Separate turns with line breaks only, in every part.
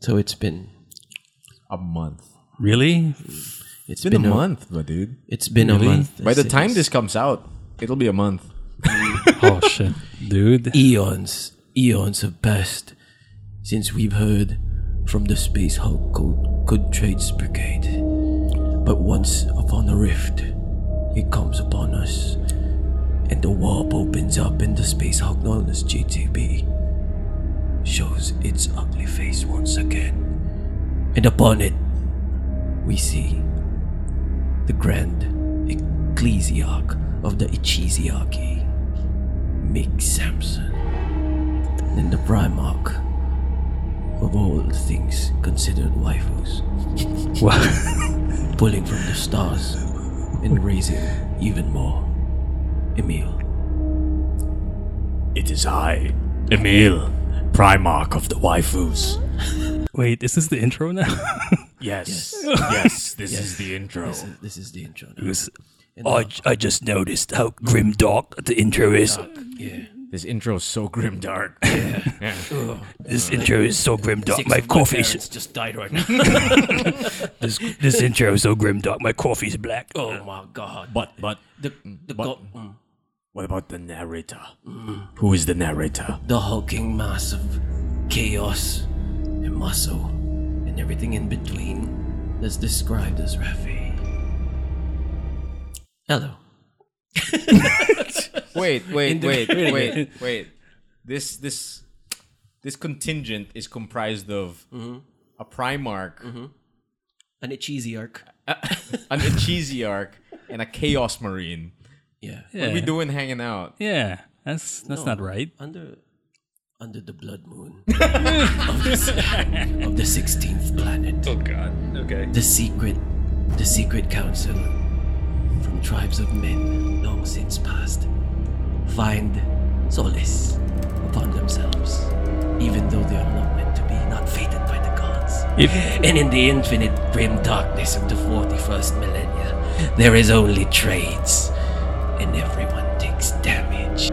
So it's been
A month.
Really?
it's
It's been, a, month, but dude.
It's been
Really?
a month.
By the
It's-
time
it's
this comes out, it'll be a month.
oh shit, dude.
eons, eons have passed since we've heard from the Space Hulk called Good Trades Brigade. But once upon a rift, it comes upon us, and the warp opens up, and the Space Hulk known as GTB shows its ugly face once again. And upon it, we see the grand ecclesiarch of the Ecclesiarchy. Mick Sampson, and the Primarch of all things considered waifus,
Wow.
pulling from the stars and raising even more. Emil.
It is I, Emil, Primarch of the Waifus.
Wait, is this the intro now?
Yes, yes, this is the intro.
This is, this is the intro. now.
Oh,
I, I just noticed how grim dark the intro is.
Yeah.
This intro is so grim dark.
This intro is so grim dark. My coffee's
just died right now.
this, this intro is so grim dark. My coffee's black.
oh my god.
But but
The the
But-
go- mm.
what about the narrator? Who is the narrator?
the hulking mass of chaos and muscle and everything in between that's described as Rafi. Hello.
Wait, wait,
the-
wait, wait, wait. This this this contingent is comprised of a Primarch,
An Ichiziarch.
an Ecclesiarch, and a Chaos Marine.
Yeah.
What are we
Yeah.
doing hanging out?
yeah, that's that's not right.
Under under the blood moon of, the, of the 16th planet.
Oh god. Okay.
The secret the secret council from tribes of men long since past find solace upon themselves even though they are not meant to be not fated by the gods.
If
And in the infinite grim darkness of the 41st millennia, there is only trades, and everyone takes damage.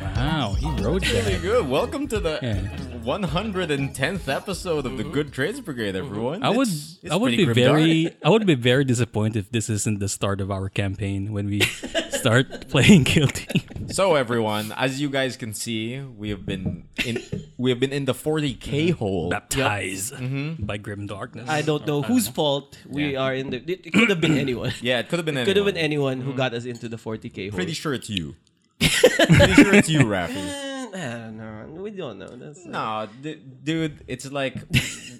wow, he wrote
Pretty
that.
good. Welcome to the
Yeah.
110th episode of the Good Trades Brigade, everyone.
I would
It's- it's
I would
pretty
be
grim
very
dark.
I would be very disappointed if this isn't the start of our campaign when we start playing guilty.
So everyone, as you guys can see, we have been in we have been in the
Mm-hmm.
40k hole.
Baptized by grim darkness.
I don't know whose fault we are in the. It, it could have been anyone.
Yeah, it could have been
Could have been
anyone.
anyone who got us into the 40k hole.
Pretty sure it's you. pretty sure it's you, Rafi.
I don't know. eh, We don't know. That's
No, d- dude, it's like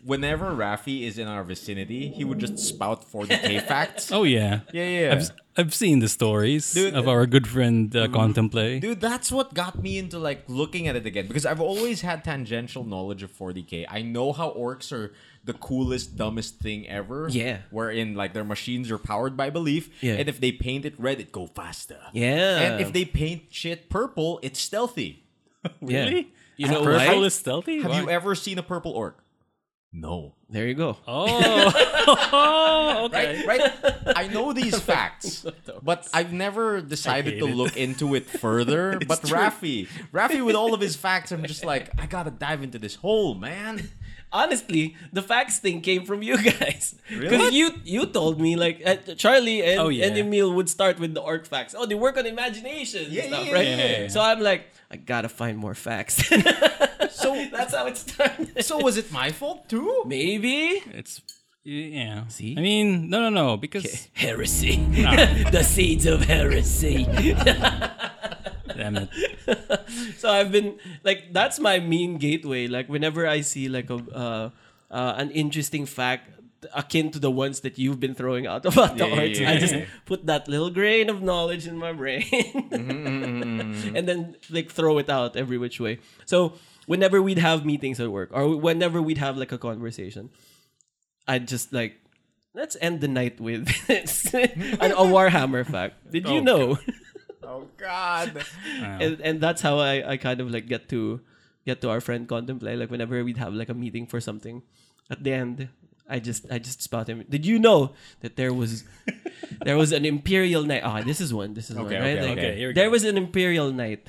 whenever Rafi is in our vicinity, he would just spout 40k facts.
Oh yeah.
Yeah, yeah.
I've, I've seen the stories
Dude,
of our good friend
Mm-hmm.
uh, Contemplate.
Dude, that's what got me into like looking at it again because I've always had tangential knowledge of 40k. I know how orcs are the coolest, dumbest thing ever.
Yeah.
Wherein like their machines are powered by belief,
Yeah.
and if they paint it red, it go faster.
Yeah.
And if they paint shit purple, it's stealthy.
yeah. You
At
know
first-
why?
Purple is stealthy.
Have
Why?
you ever seen a purple orc? No.
There you go.
Oh, okay.
Right, right. I know these facts, but I've never decided to
it.
look into it further. but Rafi, Rafi, with all of his facts, I'm just like, I gotta dive into this hole, man.
Honestly, the facts thing came from you guys because you you told me like uh, Charlie and,
Oh, yeah.
and Emil would start with the orc facts. Oh, they work on imagination and
Yeah,
stuff,
yeah,
right?
yeah, yeah, yeah.
So I'm like, I gotta find more facts. so that's how it started.
So was it my fault too?
Maybe
It's yeah.
See?
I mean, no, no, no, because
heresy, the seeds of heresy.
damn it.
So I've been like that's my main gateway. Like whenever I see like a uh, uh, an interesting fact akin to the ones that you've been throwing out about the
Yeah, yeah,
arts,
yeah,
I
yeah,
just
yeah.
put that little grain of knowledge in my brain,
Mm-hmm.
and then like throw it out every which way. So whenever we'd have meetings at work or whenever we'd have like a conversation, I'd just like. Let's end the night with this. an, a Warhammer fact. Did you know
Oh God.
and, and that's how I, I kind of like get to get to our friend contemplate like whenever we'd have like a meeting for something at the end i just i just spout him did you know that there was there was an imperial night ah this is one this is one
Okay,
right
okay,
Like,
okay,
here we
there
go.
was an imperial night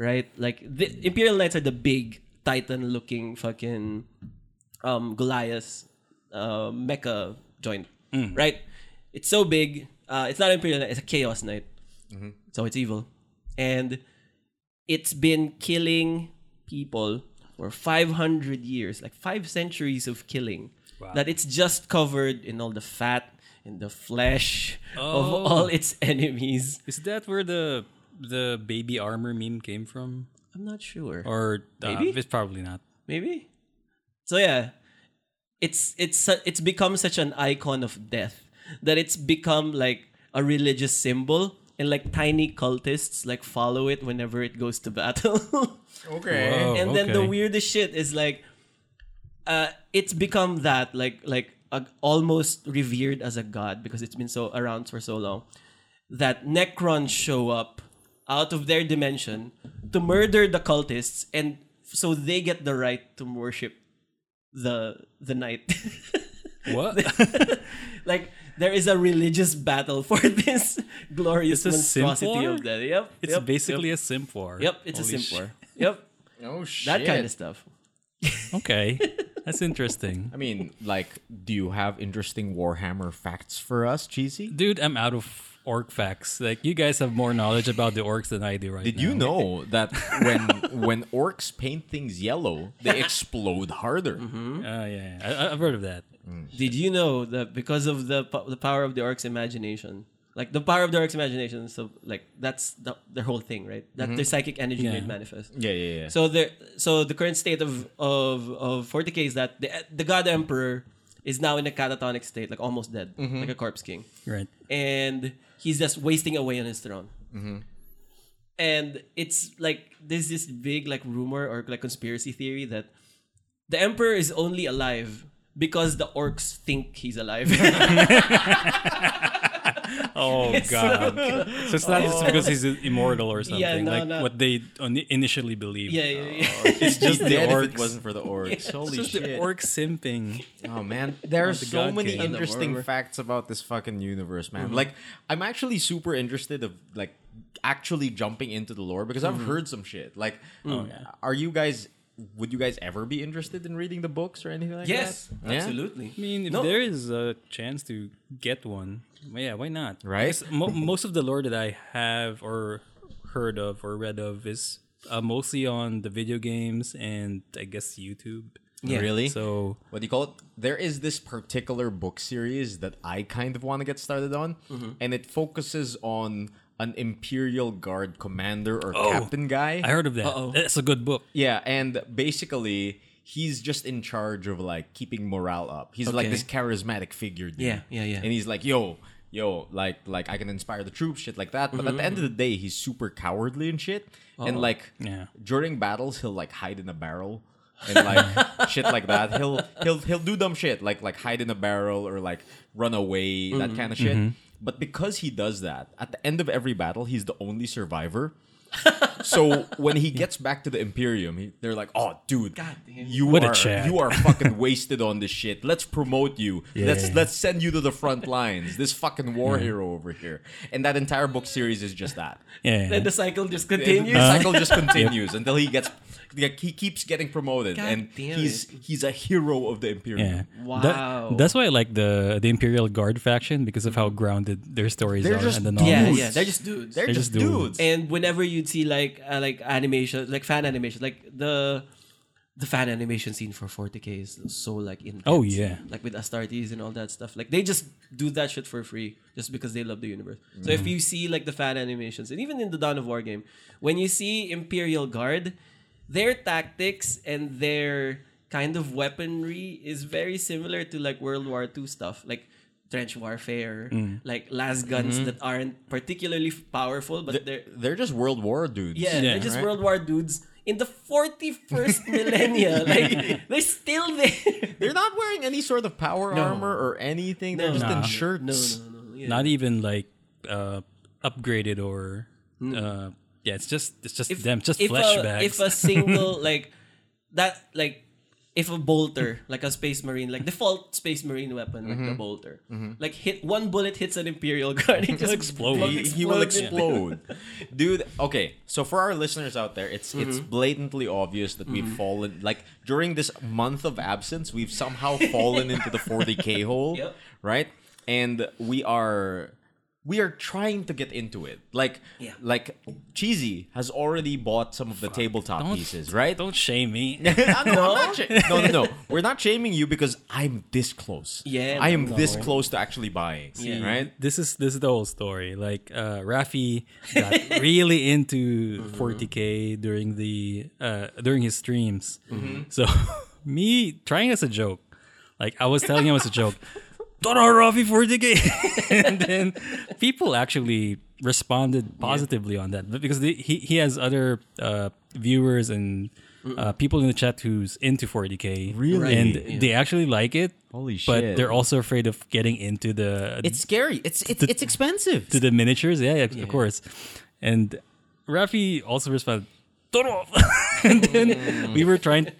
right like the imperial knights are the big titan looking fucking um goliath uh, mecha joint right it's so big uh it's not imperial night it's a chaos night so it's evil and it's been killing people for 500 years, like five centuries of killing. That it's just covered in all the fat and the flesh of
Oh.
all its enemies.
Is that where the the baby armor meme came from?
I'm not sure.
Or uh,
Maybe?
it's probably not.
Maybe. So yeah, it's it's su- it's become such an icon of death that it's become like a religious symbol, and like tiny cultists like follow it whenever it goes to battle.
Okay.
Whoa.
and then the
Oh, okay.
weirdest shit is like uh it's become that like like uh, almost revered as a god because it's been so around for so long that necrons show up out of their dimension to murder the cultists and so they get the right to worship the the knight
What?
like there is a religious battle for this glorious
It's a simp
monstrosity
war?
of that yep
it's
yep,
basically
yep,
a simp war.
yep it's
Holy
a
sh-
simp war yep
Oh shit.
that kind of stuff
Okay, that's interesting,
I mean, like, do you have interesting Warhammer facts for us, Cheesy?
dude. I'm out of orc facts. Like you guys have more knowledge about the orcs than I do right
Did
now.
you know that when when orcs paint things yellow, they explode harder?
Uh, yeah, I- I, I've heard of that.
Did you know that because of the po- the power of the orc's imagination, like the power of the orc's imagination, so like that's the, their whole thing, right? That their psychic energy
Yeah.
yeah. manifests.
Mm-hmm. Yeah, yeah, yeah.
So the so the current state of of of 40k is that the the god emperor is now in a catatonic state, like almost dead,
Mm-hmm.
like a corpse king,
Right.
and he's just wasting away on his throne.
Mm-hmm.
And it's like there's this big like rumor or like conspiracy theory that the emperor is only alive because the orcs think he's alive.
Oh god. So it's not just because he's immortal or something.
Oh. no,
like
no.
what they oni- initially believed.
yeah, yeah, yeah.
it's just
the
Oh, dead if
orcs.
it wasn't for the orcs.
It's
Holy
just
shit!
the orc simping.
Oh man, there are
the
so
God
many
King.
interesting
Warhammer.
facts about this fucking universe, man. Like, I'm actually super interested of like actually jumping into the lore because I've heard some shit. Like,
Mm.
are you guys? Would you guys ever be interested in reading the books or anything like
yes,
that? Yeah?
absolutely.
I mean, if
No.
there is a chance to get one, well, yeah, why not?
Right?
Because Mo- most of the lore that I have or heard of or read of is uh, mostly on the video games and I guess YouTube.
Yeah.
Really?
So
what do you call it? There is this particular book series that I kind of want to get started on, and it focuses on an Imperial Guard commander or captain guy.
Oh, I heard of that.
Uh-oh.
That's a good book.
Yeah, and basically he's just in charge of like keeping morale up. He's like
Okay.
this charismatic figure. Dude.
Yeah, yeah, yeah.
And he's like, yo, yo, like like I can inspire the troops, shit like that. But at the end of the day, he's super cowardly and shit.
Oh,
And like
Yeah.
during battles, he'll like hide in a barrel. and like shit like that. He'll he'll he'll do dumb shit like like hide in a barrel or like run away,
Mm-hmm.
that kind of shit. But because he does that, at the end of every battle, he's the only survivor. So when he gets back to the Imperium, he, they're like, "Oh, dude,
damn.
you
What a
are
Chad."
you are fucking wasted on this shit. Let's promote you. Let's
Yeah.
let's send you to the front lines. This fucking war hero over here." And that entire book series is just that.
Yeah.
Then the cycle just
And
continues.
The cycle just continues until he gets like, he keeps getting promoted,
God
and
damn
he's he's a hero of the Imperium.
yeah.
Wow.
That- that's why I like the the Imperial Guard faction because of how grounded their stories
They're
are
just
and the
yeah,
novels.
yeah, they're just dudes.
They're, just,
just
dudes.
dudes.
and whenever you'd see like uh, like animation, like fan animation, like the the fan animation scene for 40k is so like intense.
Oh, yeah.
like with Astartes and all that stuff. Like they just do that shit for free just because they love the universe.
Mm-hmm.
So if you see like the fan animations and even in the Dawn of War game, when you see Imperial Guard, their tactics and their kind of weaponry is very similar to like World War II stuff, like trench warfare,
Mm.
like las guns
Mm-hmm.
that aren't particularly f- powerful, but they're
They're just World War dudes.
yeah,
Yeah.
they're just
Right.
World War dudes in the 41st millennia. Like, they're still there.
They're not wearing any sort of power armor or anything. They're
No.
just
Nah.
in shirts.
No, no, no. Yeah.
Not even like uh upgraded or Uh, yeah, it's just it's just
Mm. If-
them, just
if
flashbacks.
A, if a single like that, like if a bolter, like a space marine, like default space marine weapon, like the bolter, like hit one bullet hits an imperial guard, it just
explode.
fucking
he, he will
explodes into-
explode dude okay so for our listeners out there it's
Mm-hmm.
it's blatantly obvious that we've fallen like during this month of absence we've somehow fallen into the 40k hole
Yep.
right and we are we are trying to get into it like
Yeah.
like cheesy has already bought some of the tabletop
Don't-
pieses right
Don't shame me.
Ah, no, I'm not sha- no, no, no. We're not shaming you because I'm this close.
Yeah,
I am
no.
this close to actually buying.
Yeah.
Right?
this is this is the whole story. Like uh, Rafi got really into
Mm-hmm.
40k during the uh, during his streams.
Mm-hmm.
So me trying as a joke, like I was telling him as a joke, "Don't know Rafi 40k," and then people actually responded positively on that But because they, he he has other uh, viewers and. Uh, people in the chat who's into 40k
Really?
and they actually like it
Holy
but
shit.
they're also afraid of getting into the
It's scary. It's it's, it's expensive.
to the miniatures. Yeah, yeah, of course. And Rafi also responded, "Turn off." and then we were trying,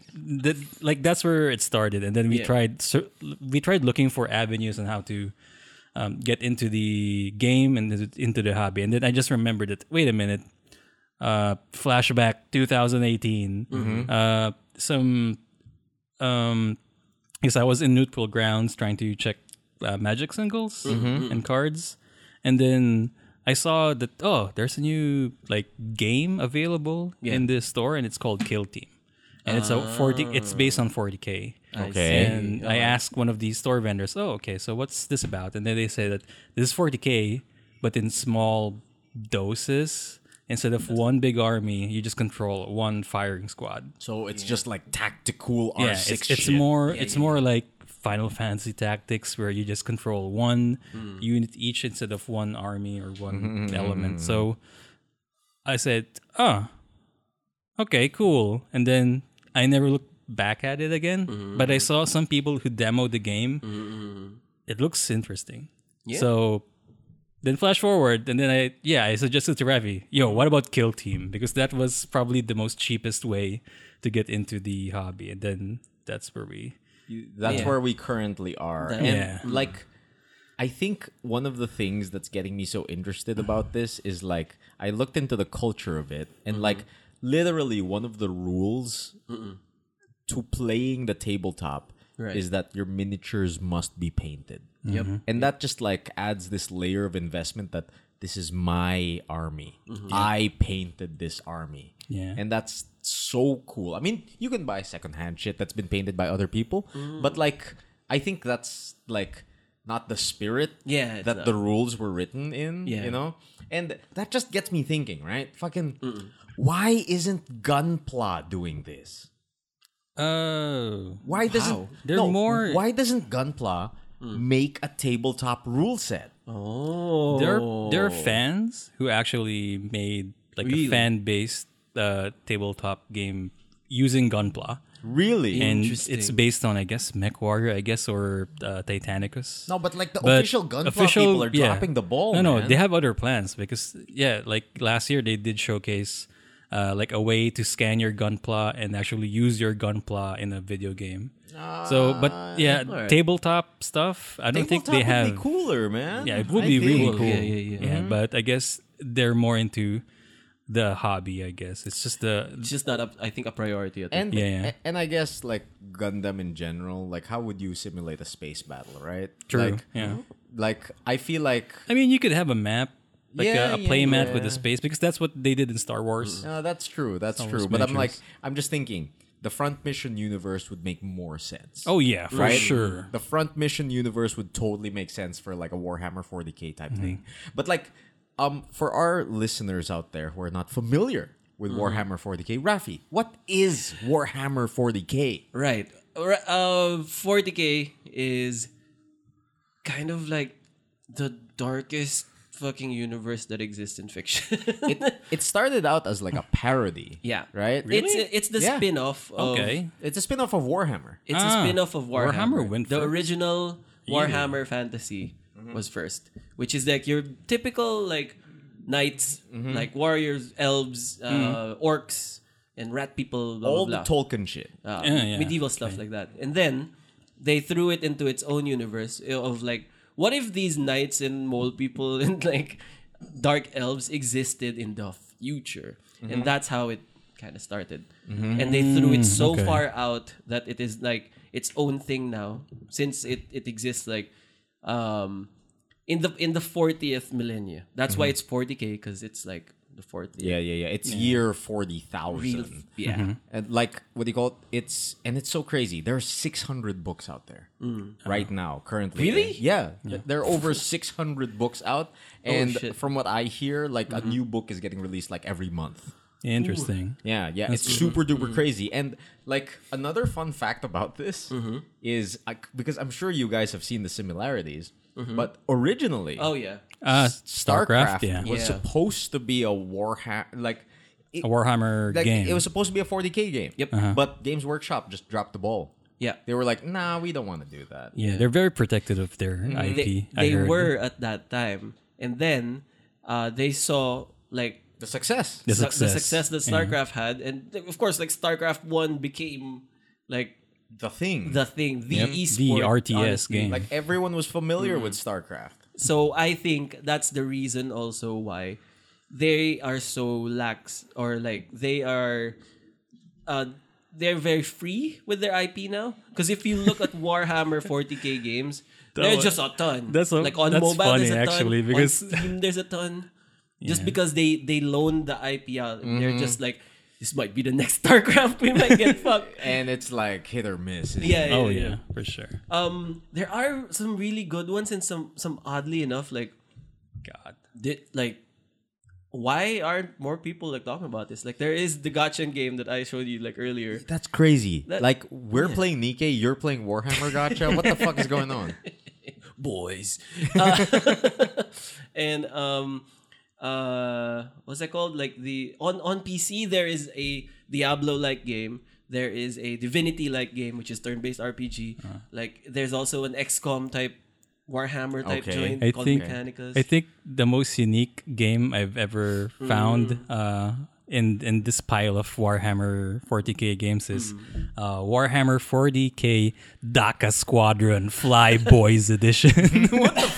that, like that's where it started. And then we
Yeah.
tried, ser- we tried looking for avenues on how to um, get into the game and th- into the hobby. And then I just remembered that. Wait a minute. Uh, flashback 2018. Uh, some, um, because I was in neutral grounds trying to check uh, magic singles
Mm-hmm.
and cards, and then I saw that oh, there's a new like game available in the store, and it's called Kill Team, and it's a forty. It's based on forty k.
Ah. Okay.
And I asked one of these store vendors, oh, okay, so what's this about? And then they say that this is 40K, but in small doses. Instead of one big army, you just control one firing squad.
So it's just like tactical R6
Yeah, it's, it's
shit.
more it's more like Final Fantasy Tactics where you just control one unit each instead of one army or one element. So I said, "Ah, okay, cool." And then I never looked back at it again. But I saw some people who demoed the game. It looks interesting. So then flash forward, and then I yeah I suggested to Ravi, yo, what about Kill Team? Because that was probably the most cheapest way to get into the hobby, and then that's where we
That's
Yeah.
where we currently are.
That-
and
Yeah.
like I think one of the things that's getting me so interested about this is like I looked into the culture of it and
Mm-hmm.
like literally one of the rules to playing the tabletop
Right.
is that your miniatures must be painted. Yep. And that just like adds this layer of investment that this is my army.
Mm-hmm.
I painted this army.
Yeah.
And that's so cool. I mean, you can buy secondhand shit that's been painted by other people,
Mm.
but like I think that's like not the spirit
Yeah, it's
that
not.
the rules were written in,
Yeah.
you know? And that just gets me thinking, right? Fucking why isn't Gunpla doing this?
oh
Why doesn't
They're
no,
more- Hmm.
Why doesn't Gunpla make a tabletop rule set?
Oh,
uh, there are, there are fans who actually made like a fan based uh, tabletop game using Gunpla,
Really?
and it's
Interesting.
based on I guess MechWarrior, I guess, or uh, Titanicus.
no, but like the
But
official Gunpla
official-
people are
yeah.
dropping the ball.
No, no,
man.
they have other plans because yeah, like last year they did showcase uh, like a way to scan your gunpla and actually use your gunpla in a video game. so, but yeah,
alright.
tabletop stuff. I don't think
Ah, Tabletop
they have.
would be cooler, man.
Yeah, it would
I
be really
think.
cool.
Yeah, yeah, yeah.
Mm-hmm.
but I guess they're more into the hobby. I guess it's just the
it's just not up. I think a priority. At
And
Yeah, yeah.
a- and I guess like Gundam in general, like how would you simulate a space battle, right?
true.
Like, oh,
yeah,
like I feel like
I mean, you could have a map, like
Yeah,
a, a
yeah,
play mat with
yeah. Mm.
a space, because that's what they did in Star Wars.
no, uh, that's true, that's
Star
true.
Wars
But I'm like
miniatures.
I'm just thinking the front mission universe would make more sense.
Oh yeah, for
right?
sure.
The front mission universe would totally make sense for like a Warhammer 40k type
Mm-hmm.
thing. But like, um, for our listeners out there who are not familiar with
Mm-hmm.
Warhammer 40k, Rafi, what is Warhammer 40k?
Right. Ra- Uh, 40k is kind of like the darkest fucking universe that exists in fiction.
It, it started out as like a parody.
yeah.
Right.
It's it's the
Yeah.
spin-off of
Okay.
It's a spin-off of Warhammer.
It's
Ah,
a spin-off of Warhammer.
Warhammer went
the
first.
Mm-hmm.
original Warhammer Fantasy was first, which is like your typical like knights,
Mm-hmm.
like warriors, elves, uh,
Mm-hmm.
orcs, and rat people. Blah,
all
blah,
the
blah.
Tolkien shit.
Uh,
Yeah, yeah.
medieval stuff like that. And then they threw it into its own universe eh, of like, what if these knights and mole people and like dark elves existed in the future?
Mm-hmm.
And that's how it kind of started. And they threw it so
Mm, okay.
far out that it is like its own thing now, since it, it exists like um in the in the 40th millennia. That's why
Mm-hmm.
it's 40k because it's like the 40th.
Yeah, yeah, yeah. It's year forty
Real,
thousand.
yeah.
Mm-hmm.
and Uh, like what do you call it? It's and it's so crazy. There are six hundred books out there right now, currently.
Mm. Really?
Yeah, there are over six hundred books out, and
shit. Mm-hmm.
from what I hear, like a new book is getting released like every month.
Interesting.
Yeah, yeah, it's super
Mm-hmm.
duper crazy. And like another fun fact about this
Mm-hmm.
is I, because I'm sure you guys have seen the similarities, but originally,
Mm-hmm. Oh yeah.
Uh,
StarCraft,
StarCraft, yeah.
was
Yeah.
supposed to be a Warhammer like it,
A Warhammer
like
game.
it was supposed to be a 40k game.
Yep. Uh-huh.
But Games Workshop just dropped the ball.
Yeah.
They were like, "Nah, we don't want to do that."
yeah, they're very protective of their IP.
they,
I
they
heard.
were at that time and then uh, they saw like
The success.
The
su-
success.
the success that
Yeah.
starcraft had and th- of course like starcraft 1 became like
The thing.
the thing the
Yep.
esport
The RTS
honestly.
game.
like everyone was familiar with StarCraft.
so i think that's the reason also why they are so lax or like they are uh they're very free with their IP now because if you look at Warhammer 40k games, there's
was-
just a ton.
that's a-
like on
that's
mobile,
funny,
there's a ton.
actually,
On
because-
Steam, there's a ton. Just
Yeah. Mm-hmm.
because they they loan the IP out, they're just like, this might be the next StarCraft. We might get fucked.
And it's like hit or miss. isn't
Yeah.
it?
Oh yeah, for sure.
Um, there are some really good ones and some some oddly enough like
God.
did like why aren't more people like talking about this? Like there is the gotcha game that I showed you like earlier.
That's crazy.
That-
like we're playing Nikkei, you're playing Warhammer Gotcha. what the fuck is going on?
Boys. Uh, and um uh what's that called? Like the on on PC there is a Diablo like game. There is a Divinity like game which is turn based RPG.
Uh-huh.
Like there's also an XCOM type Warhammer type
Okay.
joint
I
called
think-
Mechanicus.
I think the most unique game I've ever found uh, in in this pile of Warhammer 40k games is uh, Warhammer 40k Daka Squadron Fly Boys Edition.
What is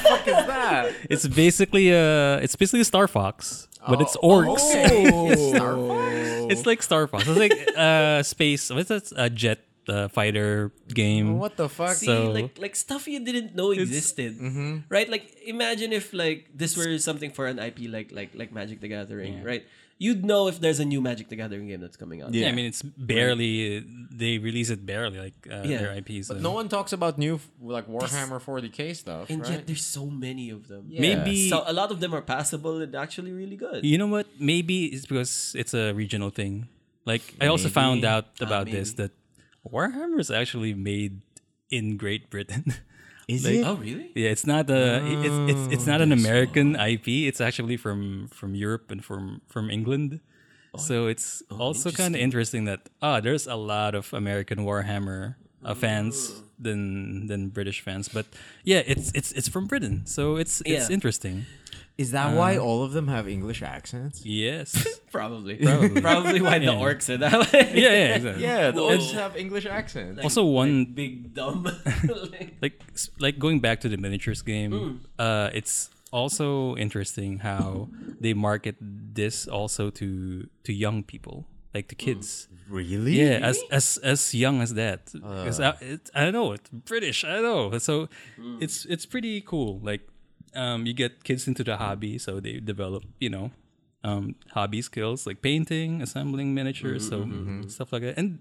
that?
it's basically a it's basically Star Fox, but it's
Oh,
orcs. It's like Star Fox. It's like uh, space. What's that? A jet uh, fighter game.
What the fuck?
See,
So- mm-hmm.
like like stuff you didn't know existed, right? Like imagine if like this were something for an IP like like like Magic the Gathering, right? You'd know if there's a new Magic the Gathering game that's coming out.
Yeah, I mean it's barely they release it barely like uh,
Yeah.
their IPs. so-
no one talks about new like Warhammer 40k stuff.
and
right?
yet there's so many of them.
Maybe
So uh, a lot of them are passable and actually really good.
You know what? Maybe it's because it's a regional thing. Like I also found out about this that Warhammer is actually made in Great Britain.
is
like-
Oh really?
yeah, it's not a it's it's it's not an American IP. It's actually from from Europe and from from England. So it's also kind of interesting that ah, there's a lot of American Warhammer uh, fans than than British fans, but yeah, it's it's it's from Britain, so it's it's
Yeah.
interesting.
Is that why all of them have English accents?
Yes,
Probably. Probably, why the
Yeah.
orcs said that way.
yeah, yeah, exactly.
Yeah, the
Whoa.
orcs have English accents.
Also, one
Big dumb. like,
like s- like going back to the miniatures game uh it's also interesting how they market this also to to young people like to kids
Really? Uh.
yeah as as as young as that 'Cause I, it, I don't know it's british i don't know so
Hmm.
it's it's pretty cool like um you get kids into the hobby so they develop you know um hobby skills like painting assembling miniatures
Mm-hmm,
so stuff like that and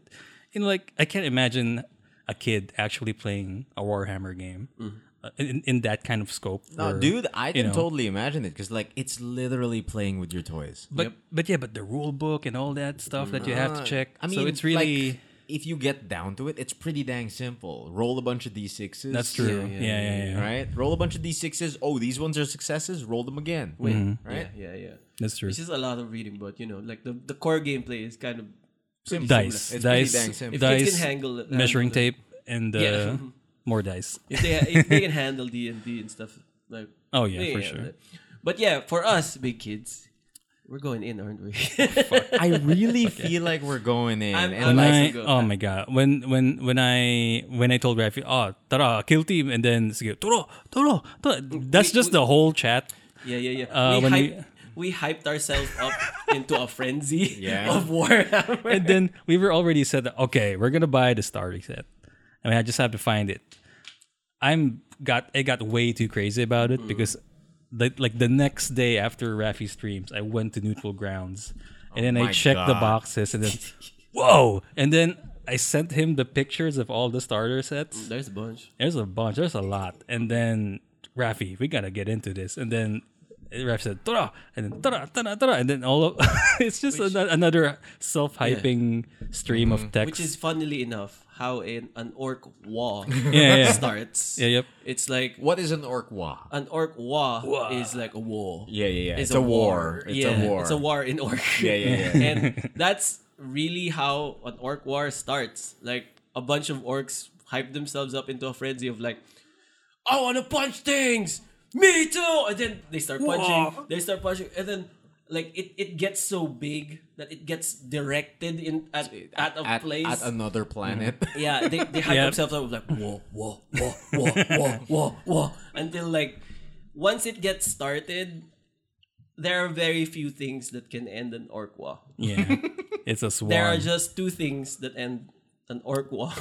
in like i can't imagine a kid actually playing a warhammer game uh, in, in that kind of scope
Mm. No,
where-
dude, I can
know.
totally imagine it because like it's literally playing with your toys.
but but yeah but the rule book and all that stuff that you have to
Uh,
check
I mean,
so it's really
like, if you get down to it, it's pretty dang simple. Roll a bunch of d6s.
that's true yeah yeah, yeah,
Right? Roll a bunch of d6s. Oh, these ones are successes. Roll them again.
yeah,
Right?
yeah, yeah.
that's Mm-hmm. true
It's just a lot of reading, but you know, like the, the core gameplay is kind of
Simple.
dice,
It's pretty
dice,
dang simple.
If kids
dice,
can handle it-
measuring
handle
tape, and uh,
Yeah.
more dice.
if they if they can handle D and D and stuff like
Oh yeah, for sure.
that- But yeah, for us, big kids, we're going in, aren't we?
I really feel like we're going in.
I'm-
and
I'm
When
Nice
I,
and good.
oh my god, when when when I when I told Rafi, oh, tara, kill team, and then sige, toro, toro, toro. That's
We-
just
we-
the whole chat.
yeah, yeah, yeah.
Uh,
we,
when
hyped, we... hyped ourselves up into a frenzy
Yeah.
of Warhammer.
And then we were already said, that, okay, we're gonna buy the starter set. I mean, I just have to find it. I'm got I got way too crazy about
Mm.
it because, the, like the next day after Rafi streams, I went to neutral grounds, and then I
Oh my
checked the
God.
boxes, and then whoa, and then I sent him the pictures of all the starter sets.
There's a bunch.
There's a bunch. There's a lot. And then Rafi, we gotta get into this. And then Raf said tada, and then tada, tada, tada, and then all of it's just ano- another self-hyping stream of
Mm-hmm.
text.
Which is funnily enough how in an orc war
Yeah, yeah.
starts.
yeah, yep.
It's like
what is an orc wa?
an orc war is like a war.
Yeah, yeah, yeah.
It's, a, war.
It's
yeah,
a war.
It's a war in orc.
Yeah, yeah, yeah.
and that's really how an orc war starts. Like a bunch of orcs hype themselves up into a frenzy of like, I want to punch things. Me too. And then they start punching. They start punching, and then like it, it gets so big that it gets directed in at, at a
at,
place. Mm-hmm.
at another planet.
yeah, they, they hype
Yeah.
themselves up like whoa, whoa, whoa, whoa, whoa, whoa, whoa, until like once it gets started, there are very few things that can end an orc war.
Yeah. it's a swan
There are just two things that end an orc war.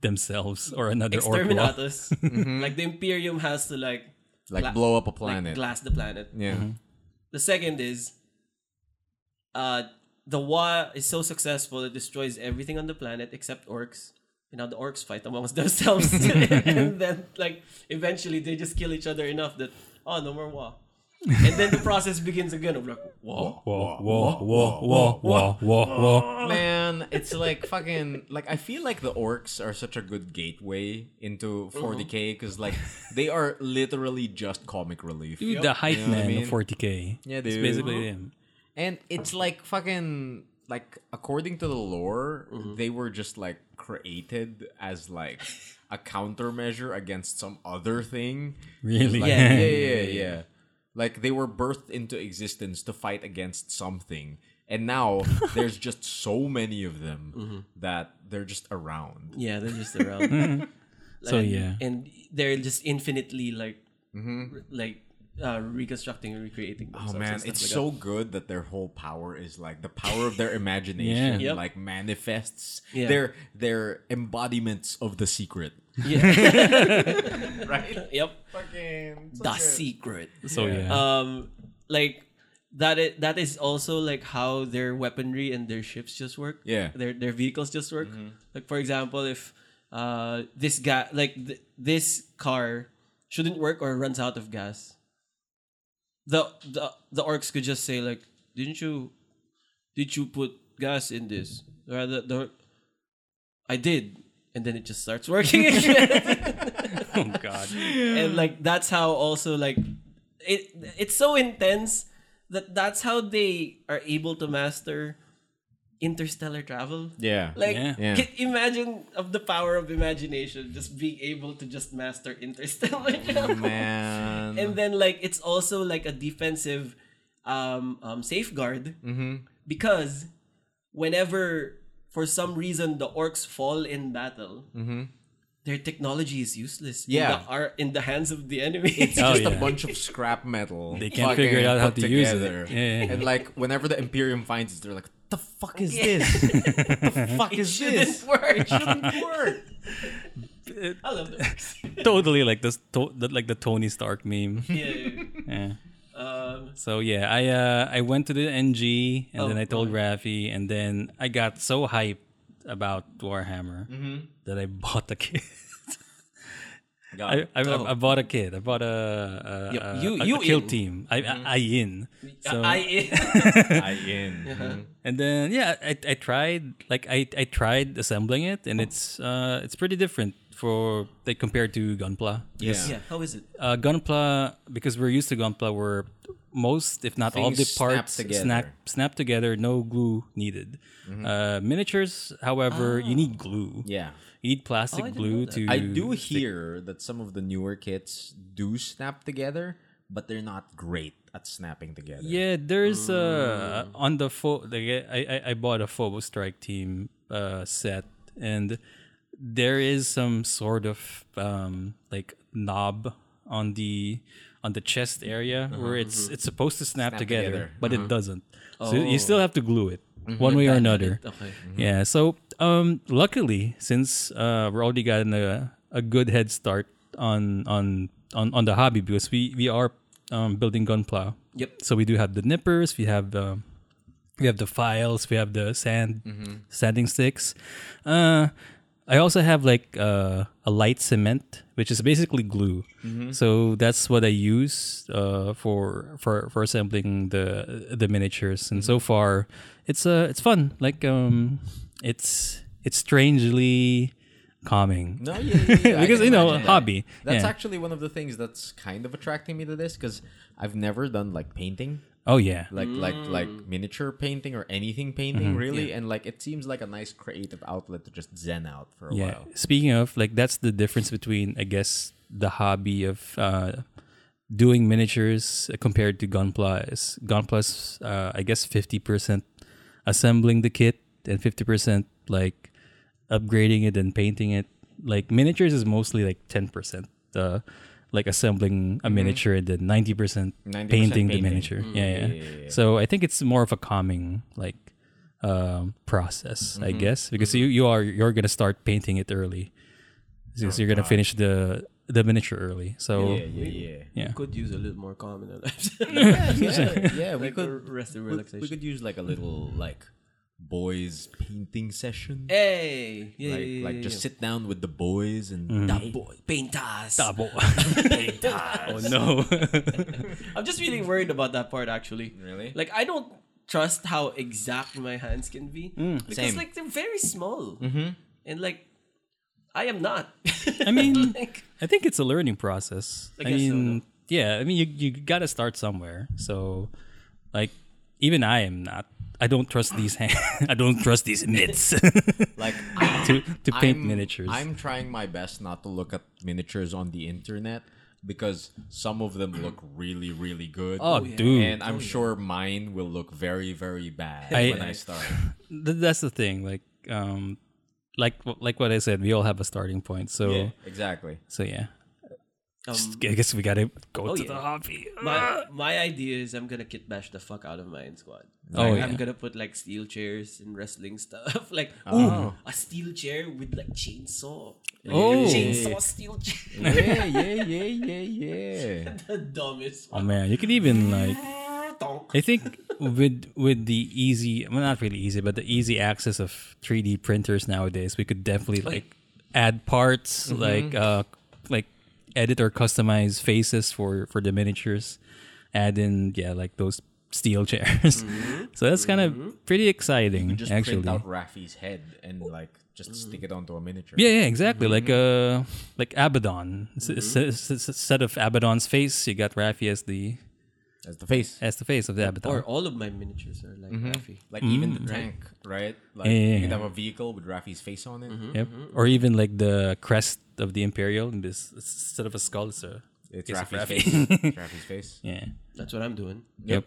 themselves or another orc. wall.
Exterminatus. Like the Imperium has to like
like
Gla-
blow up a
like,
planet.
glass the planet.
yeah.
The second is uh the war is so successful it destroys everything on the planet except orcs. And now the orcs fight amongst themselves. and then like eventually they just kill each other enough that oh no more war. and then the process begins again of like war.
Whoa, whoa, whoa, whoa, whoa, whoa, whoa.
Man, it's like fucking like I feel like the orcs are such a good gateway into 40k because like they are literally just comic relief.
Dude, the hype
You know what I
man
mean?
of 40k.
Yeah,
It's
dude.
basically him.
And it's like fucking like according to the lore, they were just like created as like a countermeasure against some other thing.
Really?
Like,
Yeah.
yeah, yeah, yeah, yeah. Like they were birthed into existence to fight against something. And now there's just so many of them that they're just around.
Yeah, they're just around.
So,
And-
yeah.
and they're just infinitely like, re- like uh, reconstructing and recreating.
Mm-hmm. Oh
themselves and
man, it's
stuff like
so good that their whole power is like the power of their imagination,
Yep.
like manifests
Yeah.
their their embodiments of the secret.
that. Yeah.
Right?
yep.
Fucking
The secret.
So yeah.
Uh,
Um, like that. It, that is also like how their weaponry and their ships just work.
Yeah.
Their their vehicles just work. Like for example, if uh this guy like th- this car shouldn't work or runs out of gas, the the the orcs could just say like, "Didn't you, did you put gas in this?" Rather, the, I did, and then it just starts working again.
oh god.
and like that's how also like it it's so intense that that's how they are able to master interstellar travel.
Yeah.
Like,
Yeah.
Yeah.
can- imagine of the power of imagination, just being able to just master interstellar travel.
man.
And then like it's also like a defensive um, um safeguard
Mm-hmm.
because whenever for some reason the orcs fall in battle, their technology is useless. in
Mm-hmm. Yeah.
the, ar- in the hands of the enemy.
It's
Oh,
just
yeah.
a bunch of scrap metal.
They can't figure out how to use it. Yeah, yeah.
And like whenever the Imperium finds it, they're like, "The fuck is this? what the fuck
it
is
shouldn't
this?
work.
It shouldn't work."
I love the orcs.
totally like this to- the, like the Tony Stark meme.
Yeah.
Yeah.
Um,
So yeah, I uh I went to the NG and
Oh,
then I told Rafi and then I got so hyped about Warhammer
Mm-hmm.
that I bought a kit.
God.
I, I,
Oh.
I bought a kit. I bought a, a,
Yep,
a-
you-
a- a
you
kill
in. Mm-hmm.
team. I, I I in. So
I
I in.
and then yeah, I, I tried like I, I tried assembling it
Oh.
and it's uh it's pretty different for like compared to Gunpla.
Yeah.
yeah. How is it?
uh, Gunpla, because we're used to Gunpla, where most, if not all, of the
Things snap
parts
together. Mm-hmm.
snap, snap together, no glue needed. Uh, miniatures, however, you need glue.
Ah. Yeah. Oh,
You need plastic
didn't know
glue
that.
to.
I do hear that some of the newer kits do snap together, but they're not great at snapping together.
Yeah, there's uh on the pho- like I, I I bought a Phobo Strike team uh set and there is some sort of um like knob on the on the chest area where it's it's supposed to snap, together,
together.
but it doesn't. So you still have to glue it one way or another.
Okay.
Mm-hmm. Yeah. So um, luckily, since uh, we're already gotten a, a good head start on on on, on the hobby because we we are um, building gunplow.
Yep.
So we do have the nippers. We have the we have the files. We have the sand sanding sticks. Uh, I also have like uh, a light cement, which is basically glue. So that's what I use uh, for for for assembling the the miniatures. And so far, it's uh it's fun. Like um, it's it's strangely calming.
No, yeah, yeah, yeah, I
Because,
can
you know,
imagine that.
hobby.
That's
Yeah.
actually one of the things that's kind of attracting me to this because I've never done like painting,
Oh yeah.
like like like miniature painting or anything painting really, and like it seems like a nice creative outlet to just zen out for a
Yeah.
while.
Speaking of, like, that's the difference between, I guess, the hobby of uh, doing miniatures compared to Gunpla. Is Gunpla's, uh, I guess, fifty percent assembling the kit and fifty percent like upgrading it and painting it. Like miniatures is mostly like ten percent. Uh, like assembling a miniature and then 90%,
90%
painting the
painting.
miniature yeah, yeah. so i think it's more of a calming like um, process i
Mm-hmm.
guess because you, you are you're gonna start painting it early because you're gonna finish the the miniature early so
Oh, Yeah, yeah, yeah.
yeah
Could use a little more calm in our lives.
yeah, yeah, we
like
could
rest and
we-
relaxation.
We, could use like a little like boys painting session.
hey, yeah,
like
yeah,
like
yeah,
just
yeah.
sit down with the boys and
That boy, paint us.
oh no
I'm just really worried about that part actually.
Really?
Like I don't trust how exact my hands can be
Mm,
because
Same.
like they're very small and like I am not.
Mm-hmm. i mean
like,
i think it's a learning process i,
I guess so,
mean yeah i mean you, you gotta start somewhere so like even i am not i don't trust these hands i don't trust these mitts
like
to to paint
I'm-
miniatures
I'm trying my best not to look at miniatures on the internet because some of them look really, really good.
oh dude
And I'm sure mine will look very, very bad
I-
when I start.
Th- that's the thing like um like like what i said we all have a starting point so
Yeah, exactly.
so yeah
um,
i guess we gotta go
oh,
to
yeah.
the hobby uh,
my my idea is I'm gonna kit bash the fuck out of my in squad.
Oh,
Like,
yeah.
I'm gonna put like steel chairs and wrestling stuff. like ooh, a steel chair with like chainsaw. Like,
Oh.
chainsaw steel chair.
yeah, yeah, yeah, yeah, yeah.
the dumbest.
oh man you can even like
Donk.
i think with with the easy well not really easy but the easy access of 3d printers nowadays we could definitely like add parts like uh like edit or customize faces for for the miniatures add in yeah like those steel chairs so that's kind of pretty exciting
Just
actually
print out Rafi's head and like just stick it onto a miniature.
Yeah, yeah, exactly. Like
Mm-hmm.
uh, like Abaddon, S- s- s- s- set of Abaddon's face. You got Raffi as the
As the face.
as the face of the Abaddon.
Or all of my miniatures are like
Mm-hmm.
Rafi.
Like even the tank, right? Like
mm, Yeah, yeah,
you could
yeah.
have a vehicle with Rafi's face on it.
yep.
mm-hmm.
Or even like the crest of the Imperial. and This instead of a skull, it's a
It's
case of
Rafi's
Raffi.
face. It's Rafi's face.
yeah.
That's what I'm doing.
Yep.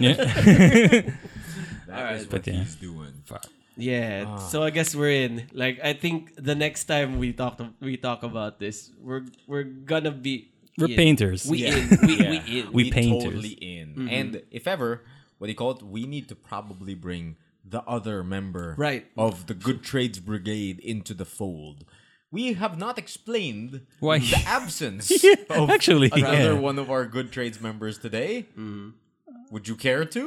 yeah.
That is what
yeah.
he's doing.
Yeah.
Ah.
So I guess we're in. Like I think the next time we talk we talk about this, we're we're gonna be
We're
in.
painters.
We
Yeah.
in. We, we
Yeah.
in.
We
we
painters.
totally in. And if ever, what do you call it? We need to probably bring the other member
Right.
of the Good Trades Brigade into the fold. We have not explained
Why-
the absence of
actually,
another
yeah.
one of our Good Trades members today. Would you care to?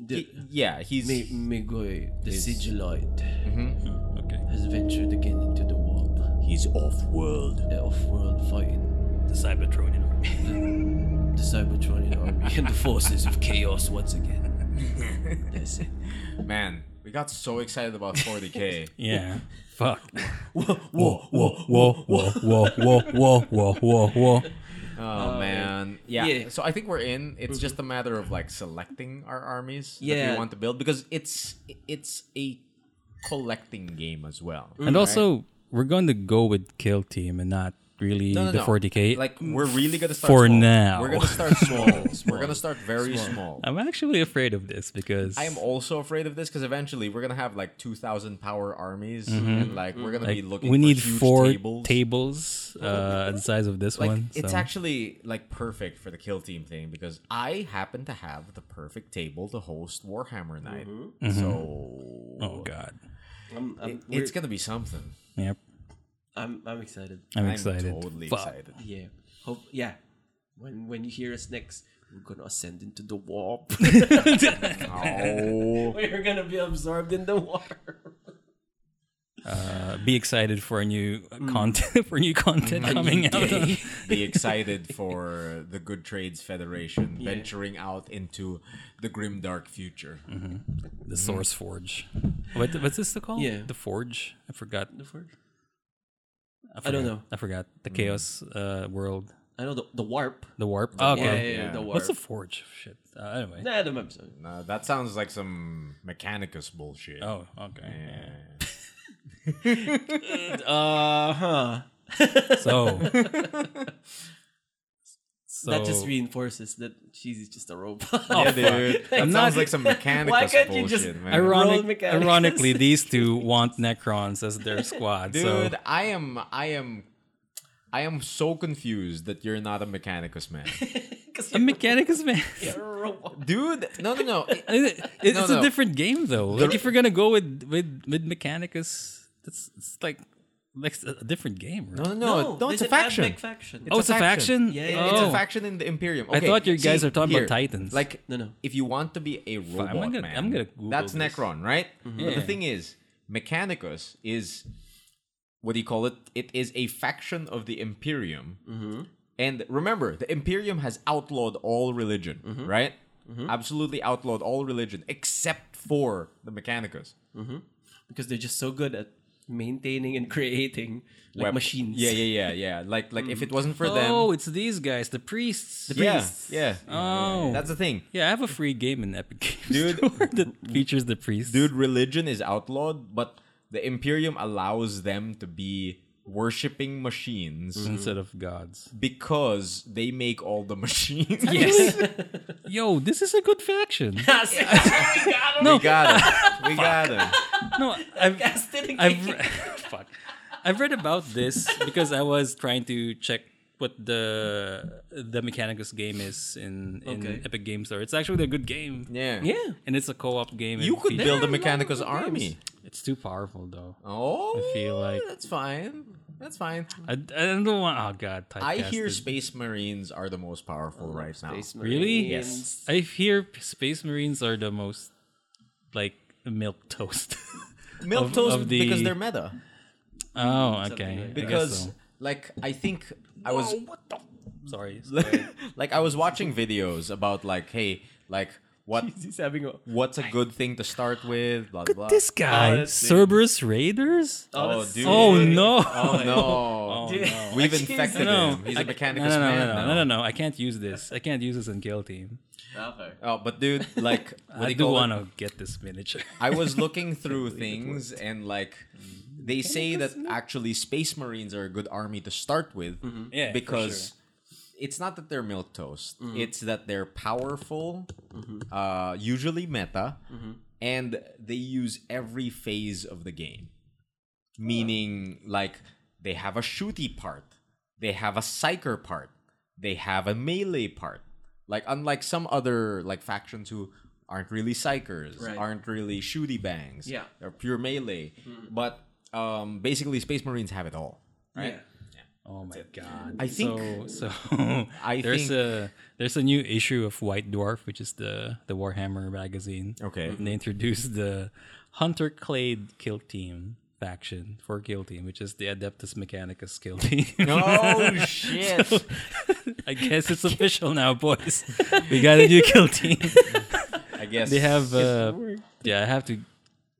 The,
Yeah, he's
Mi- Migoy, the sigiloid,
okay.
has ventured again into the warp.
he's off world.
The off-world fighting
The Cybertronian army.
the Cybertronian army and the forces of chaos once again. That's it.
Man, we got so excited about 40k.
Yeah. Fuck.
Whoa, whoa.
Whoa, whoa, whoa, whoa, whoa, whoa, whoa, whoa.
oh man. Yeah. Mm-hmm.
yeah.
So I think we're in. It's just a matter of like selecting our armies that
Yeah.
we want to build because it's it's a collecting game as well.
And also, we're going to go with kill team and not really
No, no,
the
no.
40k.
Like we're really gonna start
For
small.
now.
We're gonna start small. We're gonna start very small.
I'm actually afraid of this because
I am also afraid of this because eventually we're gonna have like two thousand power armies and like we're gonna be
Mm-hmm. like,
looking.
we
for
need
huge
four
tables.
tables, uh, the size of this
like
one.
it's
so.
actually like perfect for the kill team thing because I happen to have the perfect table to host Warhammer Night. So
oh god.
I'm, I'm,
it-
Mm-hmm.
we're-
it's gonna be something.
Yep.
I'm, I'm excited.
I'm,
I'm
excited.
Totally
Fuck.
excited.
Yeah. Hope. Yeah. When when you hear us next, we're gonna ascend into the warp.
Oh,
we're gonna be absorbed in the water.
Uh, be excited for new content for new content
Mm.
coming out. on-
be excited for the Good Trades Federation venturing out into the grim dark future.
Mm-hmm. the Source Forge. What what's this called?
Yeah.
The Forge. I forgot. The Forge. I,
don't
forgot.
know.
I forgot. The Chaos uh, World.
I know the, the warp.
The Warp. Oh, okay.
Yeah, yeah, yeah,
Yeah.
the warp.
What's the Forge? Shit. Uh, anyway.
Nah, I don't remember. sorry.
Now, Uh, that sounds like some Mechanicus bullshit.
Oh, okay.
Yeah.
Uh huh.
So. so Oh,
That just reinforces that she's just a robot.
Yeah, dude. That sounds
not-
like some Mechanicus
Why can't you
bullshit,
just-
man.
Roll
Ironic,
mechanics.
ironically, these two want Necrons as their squad.
Dude,
so
I am I am I am so confused that you're not a Mechanicus man.
Because
a Mechanicus man.
you're a robot.
Dude, no no no.
I mean, it- it's
No, no.
a different game though. Like if you're gonna go with with with Mechanicus, that's it's like like it's a different game. Right?
No no no. no, it's
there's
a
an
faction.
Admech faction.
oh, it's a faction.
Yeah, yeah, yeah.
It's
Oh.
a faction in the Imperium.
I
Okay,
thought you guys
see,
are talking about
here,
Titans.
Like,
No, no.
If you want to be a robot
I'm gonna-
man,
I'm gonna Google
that's
this. Mm-hmm.
Necron, right? But the
Yeah.
thing is, Mechanicus is what do you call it? It is a faction of the Imperium.
Mm-hmm.
And remember, the Imperium has outlawed all religion,
Mm-hmm.
right? Absolutely outlawed all religion except for the Mechanicus.
because they're just so good at maintaining and creating like
Web-
machines.
Yeah, yeah, yeah, yeah. Like, like if it wasn't for them,
Oh, it's these guys, the priests. The
yeah, yeah.
Oh.
That's the thing.
yeah, I have a free game in Epic Games
Dude.
Store that features the priests.
dude religion is outlawed but the imperium allows them to be worshipping machines
instead of gods.
because they make all the machines
Yes. Yo, this is a good faction.
we got it we got it
No, I've
Casting
I've re- fuck. I've read about this because I was trying to check what the the Mechanicus game is in, in
Okay.
Epic Games Store. It's actually a good game.
yeah
Yeah.
And it's a co-op game.
you
It
could
features-
build a
There are a lot of
mechanicus
good
army
games.
It's too powerful though.
oh
I feel like-
that's fine that's fine
I, I don't want. Oh god.
i
typecasted.
hear space marines are the most powerful right now
Space
Really?
Marines.
I hear Space Marines are the most like milk toast.
milk
Of-
toast
of the-
because they're meta
oh, okay.
something like
I guess
because
so.
like i think i was
sorry.
like i was watching videos about like hey like what
He's having a.
what's a good thing to start with, blah blah.
This guy.
Cerberus Raiders?
oh,
that's
dude.
Oh no.
Oh, no.
no.
We've infected
No,
him. He's
I
a
ca-
mechanicus
no, no, no,
man
No, no,
now.
no, no, no, I can't use this. I can't use this in Kill Team.
Okay.
Oh, but dude, like, what
I
you
do
call it?
want to get this miniature.
I was looking through things and like, they say that actually space marines are a good army to start with
Yeah, for Mm-hmm.
because. It's not that they're milk toast. It's that they're powerful, uh, usually meta,
Mm-hmm.
and they use every phase of the game. meaning like they have a shooty part, they have a psyker part, they have a melee part. Like unlike some other like factions who aren't really psykers,
Right.
aren't really shooty bangs.
Yeah.
they're pure melee.
Mm-hmm.
But um, basically, Space Marines have it all.
Right.
Oh my god!
I think-
so. so
I
there's
think-
a there's a new issue of White Dwarf, which is the the Warhammer magazine.
Okay.
and they introduced the Hunter Clade Kill Team faction for Kill Team, which is the Adeptus Mechanicus Kill Team.
Oh shit!
I guess it's official now, boys. We got a new Kill Team.
I guess
They have uh, yeah. I have to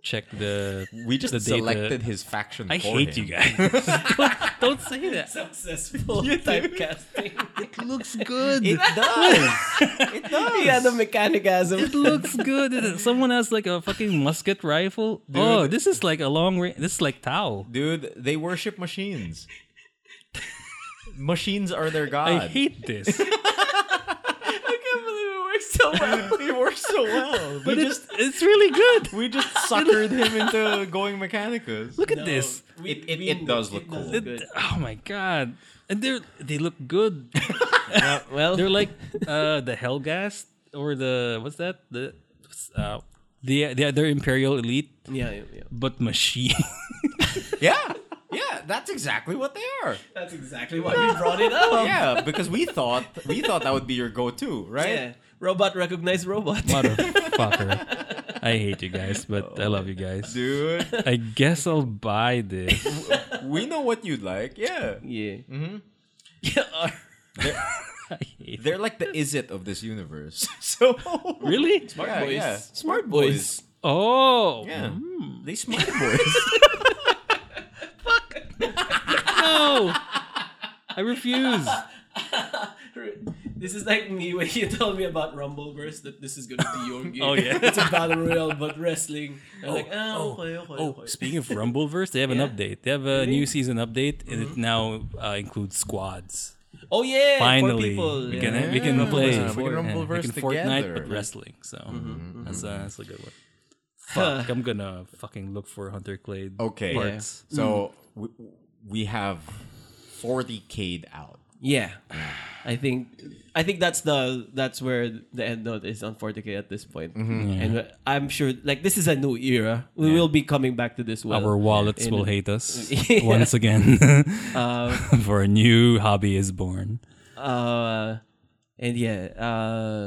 check the
We just
the data.
selected his faction.
I
for
hate
him.
you guys. don't, don't say that.
Successful typecasting.
It looks good.
It does.
he had a mechanicism.
It looks good. Someone has like a fucking musket rifle. Oh, this is like a long range. This is like Tau.
Dude, they worship machines. Machines are their god.
I hate this.
can't believe it works so well.
It works so well.
but
we
it's,
just
it's really good.
we just suckered him into going mechanicus.
Look at this.
We-
It- it-
we-
it does look cool.
It-
good.
oh my god. And they they look good.
Well,
They're like uh the Hellgast or the what's that? The uh the the other Imperial Elite
yeah, yeah, yeah.
but machine.
Yeah, yeah, that's exactly what they are.
That's exactly why we brought it up.
Yeah, because we thought we thought that would be your go-to, right?
Yeah. Robot recognize robot.
Motherfucker. Oh I hate you guys, but I love you guys.
Dude,
I guess I'll buy this.
we know what you'd like. Yeah,
Yeah. Yeah. all
I hate
they're like the is it of this universe. So
Really?
smart
boys.
Mm. yeah.
Smart boys.
Oh
Yeah, they smart boys.
no. I refuse.
This is like me when you told me about Rumbleverse that this is gonna be your game.
Oh, yeah.
it's a battle royale but wrestling. I'm like, oh, okay, okay,
Oh,
okay.
speaking of Rumbleverse, they have
Yeah.
an update. They have a new season update, and it now uh, includes squads.
oh yeah, four
Finally,
people.
we
yeah.
can we can
Yeah.
play
Yeah, we can Rumbleverse
we can Fortnite
together.
but wrestling. So
Mm-hmm,
that's, a, that's a good one. Fuck, I'm gonna fucking look for Hunter Clade.
Oh,
Okay,
parts.
so we, we have 40k out.
Yeah, I think I think that's the that's where the end note is on 40k at this point, and I'm sure like this is a new era. We will be coming back to this well.
Our wallets
in-
will hate us
Yeah.
once again. for a new hobby is born.
uh, and yeah, uh,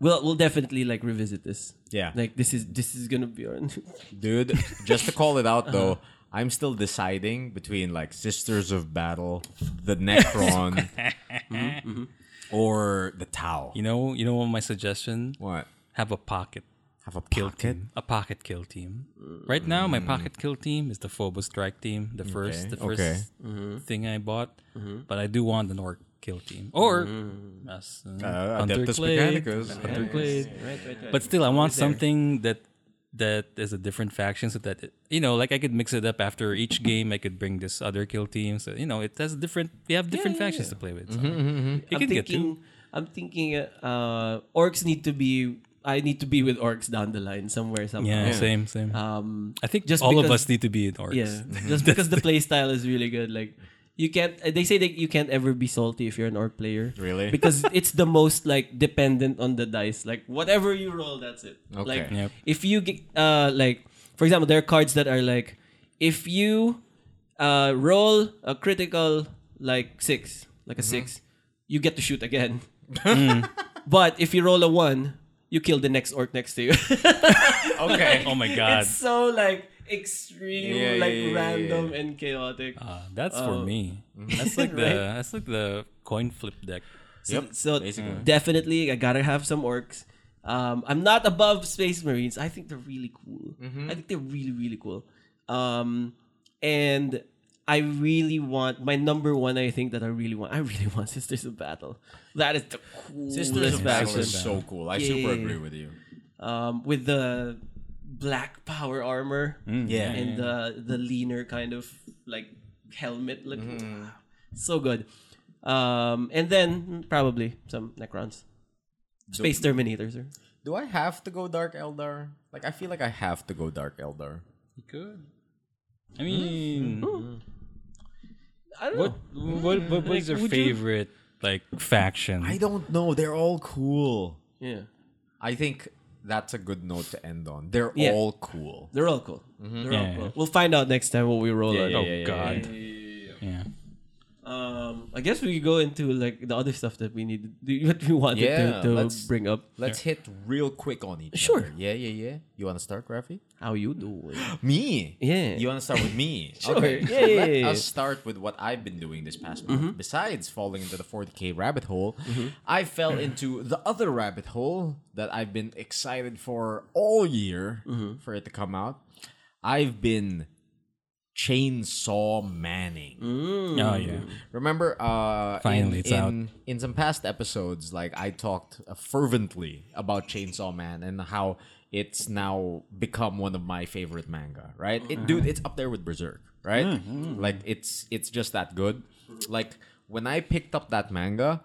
we'll we'll definitely like revisit this.
Yeah.
like this is this is gonna be our.
dude just to call it out though i'm still deciding between like sisters of battle the necron or the tau
You know, you know what my suggestion?
what
Have a pocket
have a
kill
pocket
team, a pocket kill team. Right now, my pocket kill team is the Phobos strike team, the first, the first
Mm. okay.
Mm-hmm.
thing I bought. But I do want an orc kill team or
Mm.
as, uh, Hunter
Adeptus
Clade,
Mechanicus.
Hunter Clade.
Right, right, right.
But still, I want something that that is a different faction, so that it, you know, like I could mix it up after each game. I could bring this other kill team, so you know, it has different. We have different factions to play with. So You
Mm-hmm, I'm
can get two.
thinking, I'm thinking, uh, orcs need to be. I need to be with orcs down the line somewhere
Yeah,
somehow.
same, same.
Um,
I think
just
just all of us
because-
need to be in orcs.
Yeah, just because the playstyle is really good. Like you can't. uh, They say that you can't ever be salty if you're an orc player.
Really?
Because it's the most like dependent on the dice. Like whatever you roll, that's it.
Okay.
Like
Yep.
if you get uh like for example, there are cards that are like if you uh roll a critical like six, like a
Mm-hmm.
six, you get to shoot again.
Mm.
but if you roll a one, you kill the next orc next to you.
okay
Oh my god,
It's so like extreme,
Yeah, yeah,
like
yeah, Ah, yeah,
random and chaotic.
Uh, that's
Oh.
for me. That's like the
Right?
that's like the coin flip deck.
so,
yep,
so
basically.
definitely, I gotta have some orcs. Um, I'm not above Space Marines. I think they're really cool.
Mm-hmm.
I think they're really really cool. Um, and I really want my number one. I think that I really want. I really want Sisters of Battle. That is the coolest
sisters of battle
faction.
is so cool i
Yeah,
super
yeah,
agree
yeah.
with you
Um, with the black power armor.
yeah
and the the leaner kind of like helmet looking. So good. Um, and then mm, probably some Necrons, Space Terminators. Or...
do i have to go dark eldar like i feel like i have to go dark eldar
Good. I mean,
I don't
what
know.
what what was your favorite like faction?
i don't know they're all cool
Yeah,
i think that's a good note to end on they're
Yeah.
all cool
they're all cool. They're all
Yeah.
cool. We'll find out next time what we roll on.
oh god. yeah.
Um, I guess we go into like the other stuff that we need, what we wanted
Yeah,
to,
let's-
to bring up.
Let's hit real quick on each
Sure.
other. Yeah, yeah, yeah. You want to start, Rafi?
How you doing?
Me?
Yeah.
You want to start with me?
Sure.
so
Yeah,
Let
yeah, Mm-hmm. yeah.
us start with what I've been doing this past month. Besides falling into the 40K rabbit hole,
Mm-hmm.
I fell into the other rabbit hole that I've been excited for all year
Mm-hmm.
for it to come out. I've been chainsaw manning.
Oh yeah.
Remember, uh,
Finally,
in,
it's out.
in- in uh, some past episodes, like I talked fervently about Chainsaw Man and how it's now become one of my favorite manga, right? It, dude, it's up there with Berserk, right?
Hmm.
Like it's it's just that good. Like when I picked up that manga,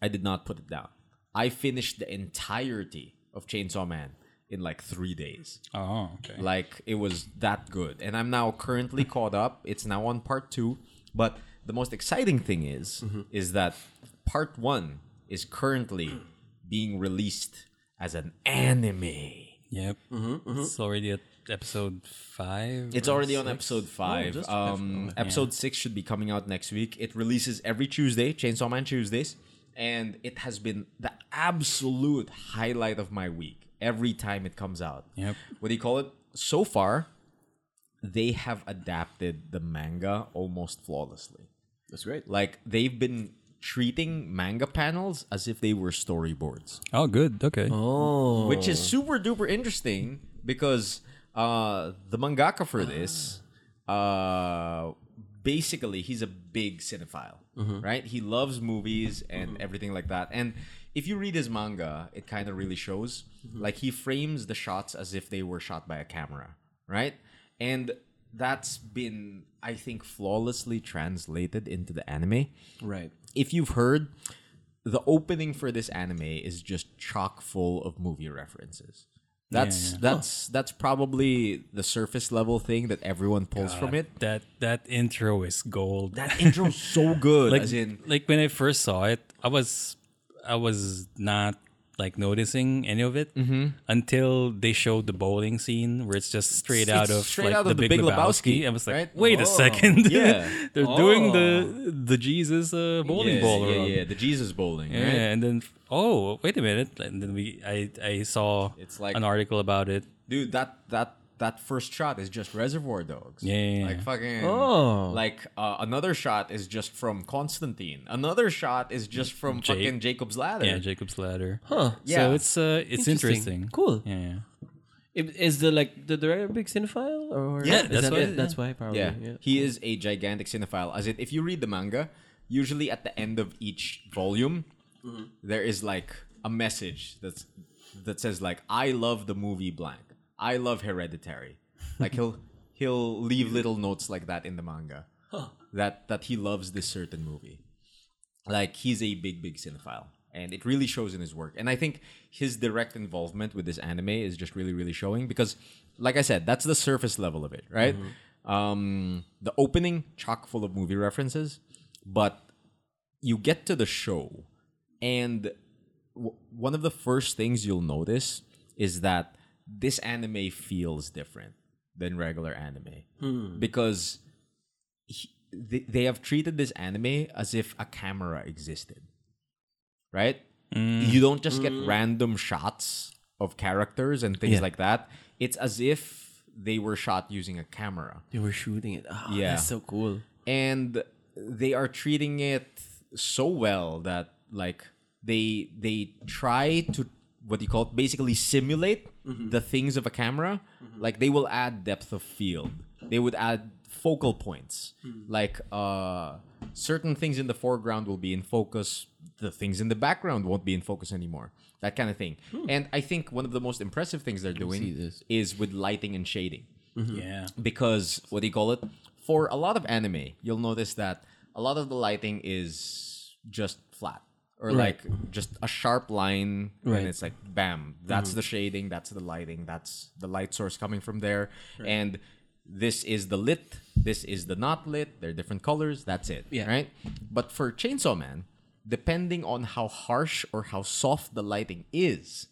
I did not put it down. I finished the entirety of Chainsaw Man in like three days.
Oh, okay.
Like it was that good. And I'm now currently caught up. It's now on part two. But the most exciting thing is is that part one is currently being released as an anime.
Yep. It's already at episode five.
It's
or
already on
six.
episode
Oh,
five. um, episode six should be coming out next week. It releases every Tuesday, Chainsaw Man Tuesdays, and it has been the absolute highlight of my week every time it comes out.
Yep.
What do you call it? So far, they have adapted the manga almost flawlessly.
That's great.
Like they've been treating manga panels as if they were storyboards
Oh, good. Okay.
which is super duper interesting because uh, the mangaka for this, uh, basically, he's a big cinephile, right? He loves movies and everything like that. And if you read his manga, it kind of really shows. Like he frames the shots as if they were shot by a camera, right? And that's been, I think, flawlessly translated into the anime
Right.
if you've heard, the opening for this anime is just chock full of movie references. That's that's that's probably the surface level thing that everyone pulls from it.
That that intro is gold.
That intro's so good.
like
as in,
like when I first saw it, I was I was not like noticing any of it
Mm-hmm.
until they showed the bowling scene where it's just straight out
it's
of
straight
like
out
the,
of The
Big,
Big
Lebowski.
Lebowski,
I was like,
right? Oh,
wait a second,
yeah. Oh.
they're doing the the Jesus uh, bowling
yeah,
ball
yeah,
around.
yeah, the Jesus bowling.
Yeah,
right?
and then oh wait a minute, and then we I I saw
It's like-
an article about it.
dude that that that first shot is just reservoir dogs
Yeah, yeah, yeah.
like fucking
Oh.
like uh, another shot is just from constantine another shot is just from
Jake.
fucking jacob's ladder
Yeah, Jacob's Ladder.
Huh.
Yeah.
So it's uh it's
Interesting.
interesting.
Cool.
Yeah. yeah.
Is- Is the like the director a big cinephile or
Yeah,
is
that's
that
why-
it? That's why probably.
yeah.
Yeah.
He is a gigantic cinephile. As it, if you read the manga, usually at the end of each volume, there is like a message that's that says like I love the movie blank. I love Hereditary. Like he'll he'll leave little notes like that in the manga. That that he loves this certain movie. Like he's a big big cinephile. And it really shows in his work. And I think his direct involvement with this anime is just really, really showing because, like I said, that's the surface level of it, right? um, the opening chock full of movie references, but you get to the show, and w- one of the first things you'll notice is that this anime feels different than regular anime because he- they, they have treated this anime as if a camera existed, right? You don't just get random shots of characters and things like that. It's as if they were shot using a camera
They were shooting it. Oh,
Yeah.
That's so cool.
and they are treating it so well that like they they try to what do you call it basically simulate the things of a camera like they will add depth of field they would add focal points like uh certain things in the foreground will be in focus the things in the background won't be in focus anymore that kind of thing and i think one of the most impressive things they're doing
this.
is with lighting and shading
Yeah.
because what do you call it? For a lot of anime, you'll notice that a lot of the lighting is just flat or like just a sharp line
Right. Mm-hmm.
and it's like bam, that's the shading, that's the lighting, that's the light source coming from there and this is the lit, this is the not lit, they're different colors, that's it,
Yeah.
right? But for Chainsaw Man, depending on how harsh or how soft the lighting is,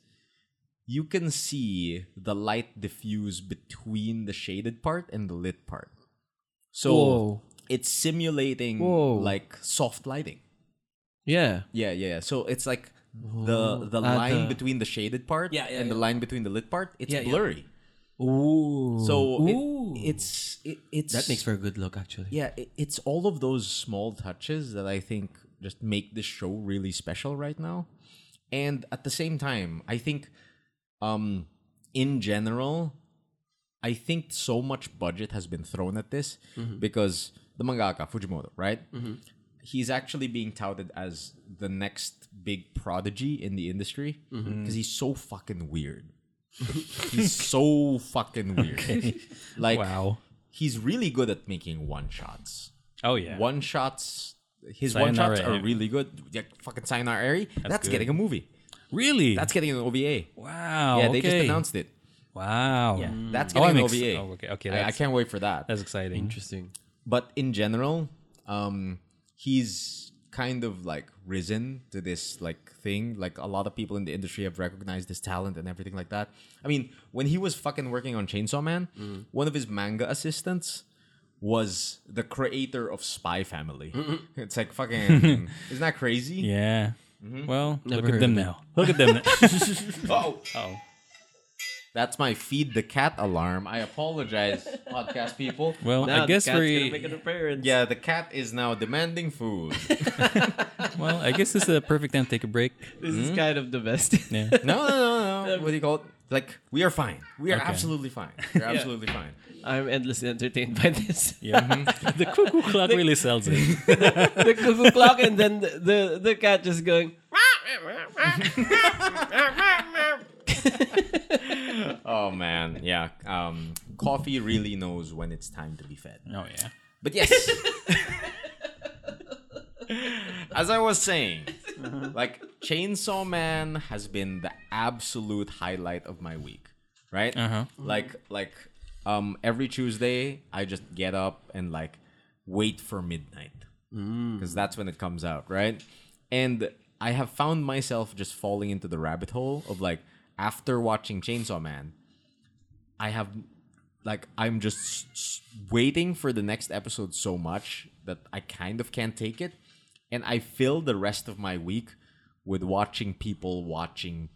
you can see the light diffuse between the shaded part and the lit part. So
Whoa.
it's simulating
Whoa.
like soft lighting.
Yeah.
Yeah, yeah. yeah. So it's like the the
Ah,
line
the-
between the shaded part
Yeah, yeah,
and the
yeah.
line between the lit part, it's
Yeah, yeah.
blurry.
Ooh.
So it-
Ooh.
it's it, it's
that makes for a good look actually.
yeah, it, it's all of those small touches that I think just make this show really special right now. And at the same time, I think um in general, I think so much budget has been thrown at this because the mangaka Fujimoto, right? He's actually being touted as the next big prodigy in the industry because he's so fucking weird. He's so fucking weird. Like
wow.
he's really good at making one shots.
Oh yeah.
One shots. His one shots are
Sayonara, yeah.
really good. Yeah, fucking Sayonara. That's, That's
good.
getting a movie.
Really?
That's getting an OVA.
wow.
yeah,
Oh, okay.
they just announced it.
Wow.
That's
Oh,
getting an
I'm ex-
OVA.
oh, okay, okay,
I- I,
that's-
can't wait for that.
That's exciting.
Interesting.
but in general, um, he's kind of like risen to this like thing. Like a lot of people in the industry have recognized his talent and everything like that. I mean, when he was fucking working on Chainsaw Man, one of his manga assistants was the creator of Spy Family. It's like fucking, isn't that crazy?
Yeah.
Mm-hmm.
Well, look
heard
at them now. Look at them. now.
Oh,
oh,
that's my feed the cat alarm. I apologize, podcast people.
well,
Now
I guess
the cat's gonna make
we.
an appearance.
Yeah, the cat is now demanding food.
Well, I guess this is a perfect time to take a break.
This is kind of the best.
Yeah.
No, no, no, no. What do you call it? Like, we are fine. We are
Okay.
absolutely fine. We're absolutely fine.
I'm endlessly entertained by this.
Yeah. the cuckoo clock really sells it.
mm-hmm. the cuckoo clock, and then the, the, the cat just going.
Oh, man. Yeah. Um, coffee really knows when it's time to be fed.
Oh yeah.
But yes. As I was saying, like, Chainsaw Man has been the absolute highlight of my week, right?
Uh-huh.
Like, like, um, every Tuesday, I just get up and, like, wait for midnight. because that's when it comes out, right? And I have found myself just falling into the rabbit hole of like after watching Chainsaw Man, I have like I'm just s- s- waiting for the next episode so much that I kind of can't take it, and I fill the rest of my week with watching people watching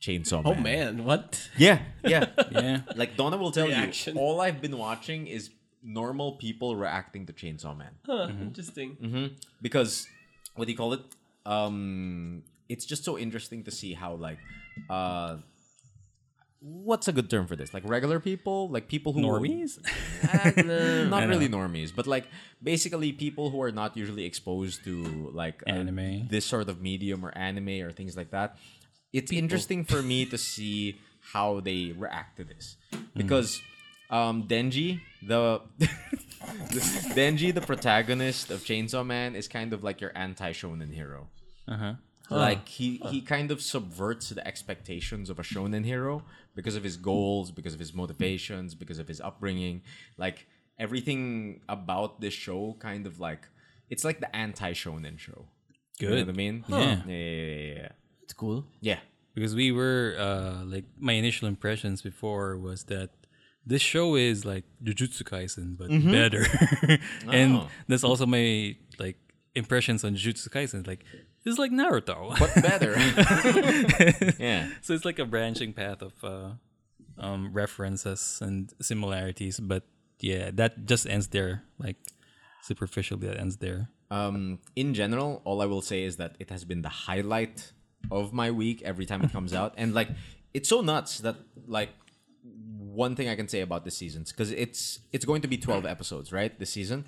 Chainsaw Man.
Oh man, what?
Yeah, yeah.
Yeah.
like Donna will tell
Reaction.
you, all I've been watching is normal people reacting to Chainsaw Man
Huh, Interesting.
because what do you call it? Um, it's just so interesting to see how like uh, what's a good term for this? Like regular people, like people who
Normies.
Eh, no, not really normies, but like basically people who are not usually exposed to like uh,
Anime.
this sort of medium or anime or things like that. It's interesting for me to see how they react to this because um, Denji, the Denji, the protagonist of Chainsaw Man, is kind of like your anti shonen hero.
Uh-huh.
Like he he kind of subverts the expectations of a shonen hero because of his goals, because of his motivations, because of his upbringing. Like everything about this show kind of like it's like the anti shonen show. You know
Good.
what I mean?
Yeah.
Yeah, yeah, yeah, yeah.
It's cool.
Yeah.
because we were uh like my initial impressions before was that this show is like Jujutsu Kaisen but
Mm-hmm.
better, and
Oh.
that's also my like impressions on Jujutsu Kaisen. Like it's like Naruto,
But better. yeah.
so it's like a branching path of uh, um, references and similarities. But yeah, that just ends there. Like superficially, that ends there.
Um, in general, all I will say is that it has been the highlight of my week every time it comes out, and like it's so nuts that like one thing I can say about this season because it's it's going to be twelve episodes, right? This season,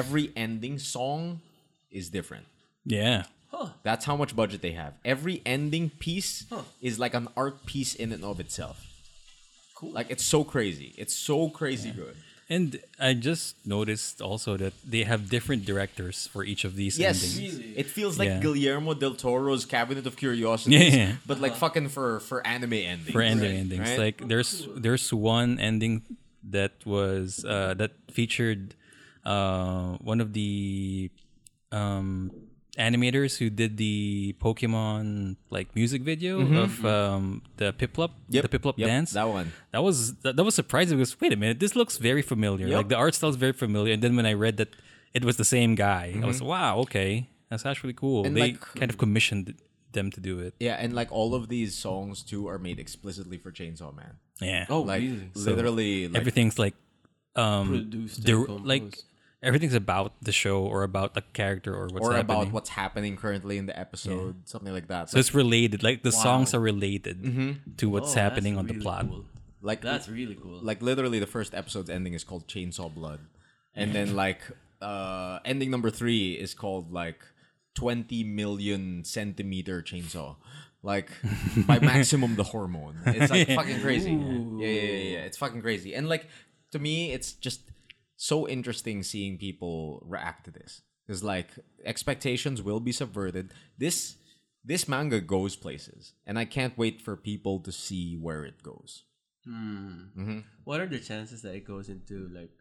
every ending song is different.
Yeah.
That's how much budget they have. Every ending piece is like an art piece in and of itself. Cool. Like it's so crazy. It's so crazy good.
And I just noticed also that they have different directors for each of these
Yes,
endings.
it feels like
Yeah.
Guillermo del Toro's Cabinet of Curiosities,
Yeah.
but like fucking for for anime endings.
For ending
right?
endings.
Right?
Like there's there's one ending that was uh, that featured uh, one of the um, animators who did the Pokemon like music video of um, the Piplup,
Mm-hmm. Yep,
the Piplup
yep,
dance.
that one.
That was that, that was surprising because wait a minute, this looks very familiar.
Yep.
Like the art style is very familiar. And then when I read that it was the same guy, I was wow, okay, that's actually cool.
Mm-hmm. And,
they
like-
kind of commissioned them to do it.
Yeah, and like all of these songs too are made explicitly for Chainsaw Man.
Yeah.
Oh,
Like
really?
literally, like,
everything's like um
Produced and
dir- like
composed.
everything's about the show or about a character or what's
or
happening.
about what's happening currently in the episode, something like that.
so it's related. Like the songs are related to
Oh,
what's
that's
happening on the
really
plot.
cool.
like
That's really cool.
like literally the first episode's ending is called chainsaw blood and then like uh ending number three is called like 20 million centimeter chainsaw Like by maximum the hormone. It's like fucking crazy. Yeah, yeah, yeah, yeah. It's fucking crazy. And like to me, it's just so interesting seeing people react to this. Because like expectations will be subverted. This this manga goes places, and I can't wait for people to see where it goes.
What are the chances that it goes into like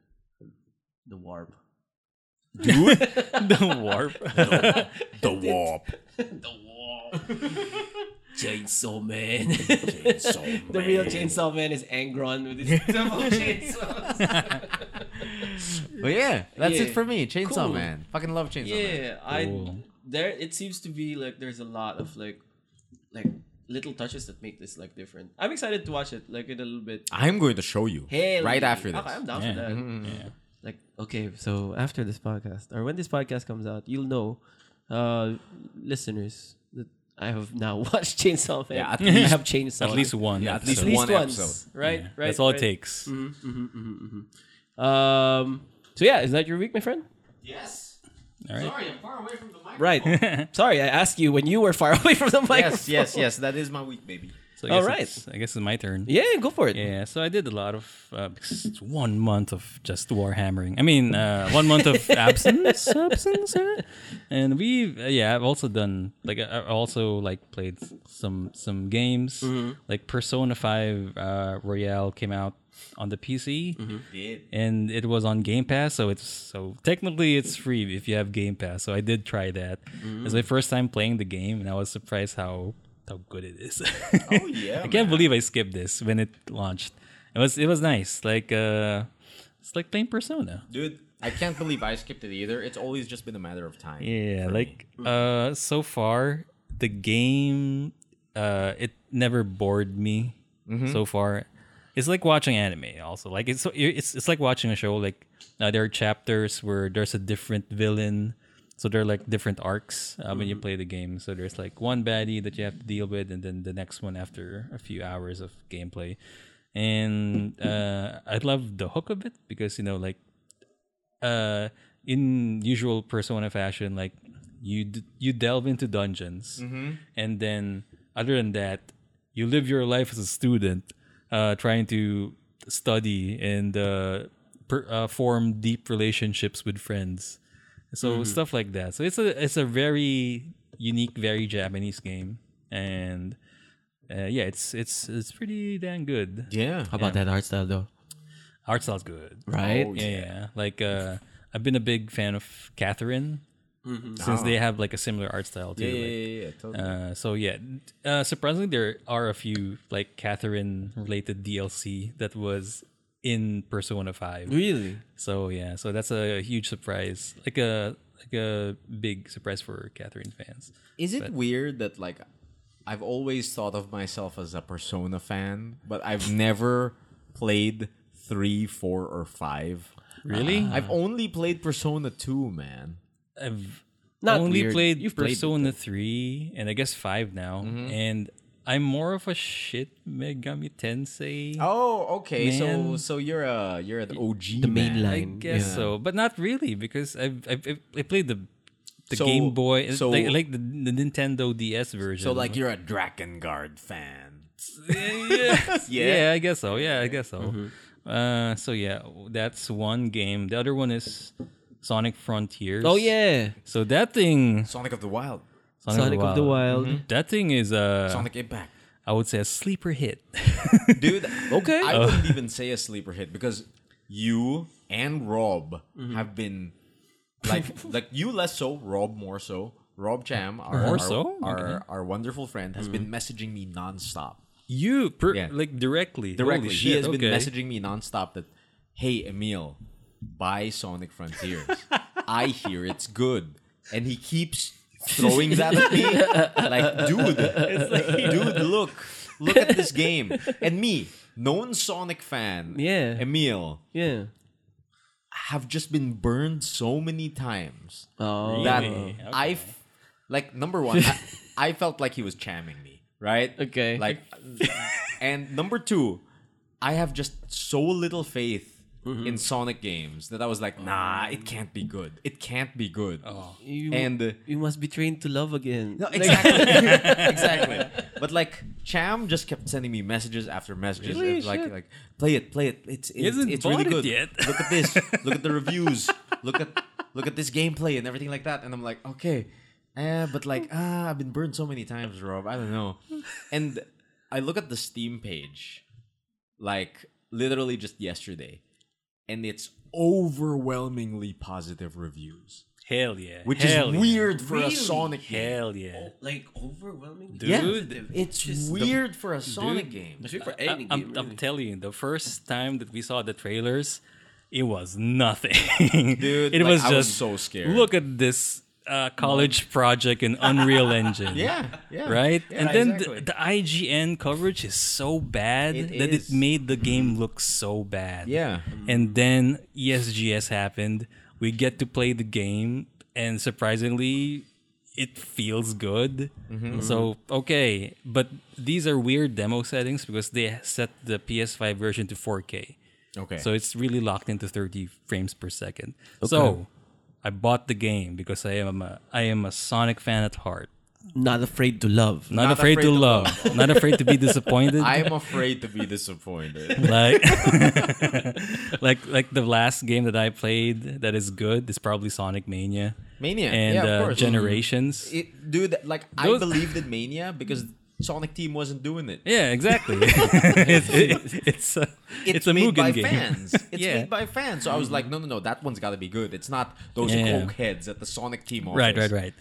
the warp?
the warp.
The warp.
The warp. Chainsaw Man. the real Chainsaw Man is Angron with his double chainsaws.
But yeah, that's it
Yeah.
for me. Chainsaw
Cool.
Man. Fucking love Chainsaw Man.
Yeah, I
Cool.
there. It seems to be like there's a lot of like like little touches that make this like different. I'm excited to watch it like in a little bit.
I'm going to show you
Hell
right
yeah.
after this.
Okay, I'm down
Yeah.
for that.
Mm-hmm.
Like okay, so after this podcast or when this podcast comes out, you'll know, uh, listeners that I have now watched Chainsaw Man.
Yeah, at
I
least-
have Chainsaw.
At least one.
Yeah, at
episode.
least
at least
one
once,
episode.
right?
Yeah.
Right.
That's all
right. Mm-hmm.
it takes.
Um. So yeah, is that your week, my friend?
Yes.
All right.
I'm far away from the mic.
Right. Sorry, I asked you when you were far away from the microphone.
Yes, yes, yes. That is my week, baby.
So
All
I guess
right.
it's- I guess it's my turn.
Yeah, go for it.
Yeah, so I did a lot of uh, because it's one month of just warhammering. I mean, uh, one month of absence, absence, huh? and we uh, yeah, I've also done like I I also like played some some games like Persona Five uh, Royale came out on the PC
Did.
and it was on Game Pass, so it's so technically it's free if you have Game Pass. So I did try that. It was my first time playing the game, and I was surprised how how good it is.
Oh yeah.
I can't believe I skipped this when it launched. It was it was nice. Like uh it's like playing Persona.
Dude, I can't believe I skipped it either. It's always just been a matter of time.
Yeah, like uh so far the game uh it never bored me so far. It's like watching anime also. Like it's so it's it's like watching a show like uh, there are chapters where there's a different villain. So there are like different arcs uh, when you play the game. So there's like one baddie that you have to deal with and then the next one after a few hours of gameplay. And uh I love the hook of it because you know like uh, in usual persona fashion like you d- you delve into dungeons and then other than that you live your life as a student uh, trying to study and uh, per, uh, form deep relationships with friends so stuff like that so it's a it's a very unique very japanese game and uh, yeah it's it's it's pretty damn good
Yeah.
How about that art style though?
art style's good
Right?
Oh,
yeah, yeah. Like uh, I've been a big fan of Catherine
Mm-hmm.
since they have like a similar art style too.
Yeah, yeah,
like,
yeah, yeah, totally.
uh, so yeah, uh, surprisingly, there are a few like Catherine related DLC that was in Persona Five.
Really?
So yeah, so that's a huge surprise, like a like a big surprise for Catherine fans.
Is it weird that like I've always thought of myself as a Persona fan, but I've never played three, four, or five.
Really?
I've only played Persona two, man.
I've
Not
only
weird.
played
You've played it,
Persona three and I guess five now, and I'm more of a shit Megami Tensei.
Oh, okay. So
Man.
so you're a you're an OG.
The
man.
main
line.
line.
I
Fine,
guess
yeah.
so, but not really because I've, I've, I've I played the the
So-
Game Boy, uh,
so-
like, like the, the Nintendo DS version.
So like you're a Dragon Guard fan.
yeah, I guess so. Yeah, I guess so.
Mm-hmm.
Uh, so yeah, that's one game. The other one is Sonic Frontiers.
Oh yeah.
So that thing,
Sonic of the Wild.
Sonic, of the Wild.
Mm-hmm.
That thing is uh,
Sonic Impact.
I would say a sleeper hit.
Dude,
Okay. Uh.
I wouldn't even say a sleeper hit because you and Rob have been like like you less so, Rob more so. Rob Cham, our
More
our,
so?
our, our wonderful friend, has been messaging me nonstop.
you per,
Yeah.
like directly,
Directly,
Holy
she
shit,
has been
okay.
messaging me nonstop that, "Hey Emil, buy Sonic Frontiers. I hear it's good," and he keeps throwing that at me like, "Dude, dude, look, look at this game." And me, known Sonic fan,
Yeah.
Emil,
Yeah.
have just been burned so many times
Oh.
that
Really?
I, f- like number one, I, I felt like he was chamming me, right?
Okay.
Like, and number two, I have just so little faith in Sonic games that I was like, nah, it can't be good. It can't be good.
You,
And
you must be trained to love again.
No, exactly, exactly. But like Cham just kept sending me messages after messages,
Really?
of, like
Shit.
like play it, play it. It's it's,
hasn't
it's really good.
bought it yet.
Look at this. Look at the reviews. Look at look at this gameplay and everything like that. And I'm like, okay, eh, but like ah, I've been burned so many times, Rob. I don't know. And I look at the Steam page, like literally just yesterday, and it's overwhelmingly positive reviews,
Hell yeah.
which
Hell
is
yeah.
weird for a
Really?
Sonic game.
Hell yeah.
like overwhelming.
Dude.
It's weird for a Sonic game.
Actually, for
I,
any
am I'm
game, really.
telling you, the first time that we saw the trailers, it was nothing.
Dude,
it
like,
was
I
just
was so scared.
Look at this uh, college project in Unreal Engine.
Yeah, yeah.
Right?
Yeah,
and then
exactly.
the, the IGN coverage is so bad
It
that
is. Mm-hmm.
it made the game look so bad.
Yeah.
And then E ESGS happened. We get to play the game, and surprisingly, it feels good.
Mm-hmm.
So, okay. But these are weird demo settings because they set the PS5 version to 4K.
okay.
So it's really locked into 30 frames per second. So I bought the game because I am a I am a Sonic fan at heart.
Not afraid to love.
Not, afraid, to love, not afraid to be disappointed.
I'm afraid to be disappointed.
like like like the last game that I played that is good is probably Sonic Mania.
Mania,
and
yeah, of
uh,
course. Mm-hmm.
Generations.
It, dude, like I
Those-
believed in Mania because Sonic Team wasn't doing it.
Yeah, exactly. it's, it- it's a it's, a
made
Mugen
by
game.
fans. It's
Yeah.
made by fans. So I was like, no, no, no, that one's got to be good. It's not those
Yeah.
coke heads at the Sonic Team. Office.
Right, right, right.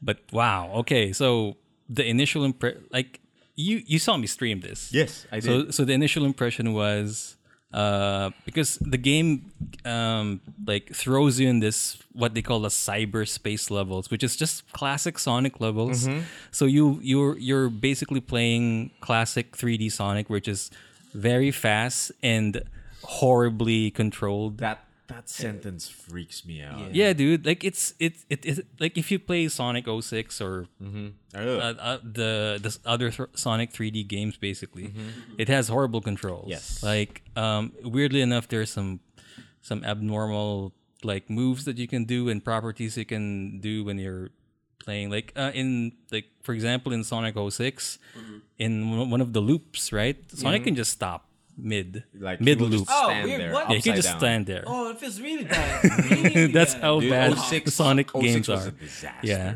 But wow, okay. So the initial impression, like you, you saw me stream this.
Yes, I
So,
did.
so the initial impression was uh, because the game um, like throws you in this what they call the cyberspace levels, which is just classic Sonic levels.
Mm-hmm.
So you you're you're basically playing classic 3D Sonic, which is very fast and horribly controlled.
That that sentence freaks me out.
Yeah, dude. Like it's it it is like if you play Sonic 06 or uh,
Ugh.
uh, the the other th- Sonic 3D games, basically, it has horrible controls.
Mm-hmm. Yes.
Like um, weirdly enough, there's some some abnormal like moves that you can do and properties you can do when you're playing. Like uh, in like for example in Sonic 6
Mm-hmm.
in one- one of the loops, right? Sonic can just stop mid
Like
mid
he will
loop.
just stand
Oh, weird,
there
what?
yeah, he can
upside
just
down.
stand there.
Oh, it feels really bad. Really
That's
bad.
how
Dude,
bad
06
the Sonic
06
games
was
are.
a disaster.
Yeah.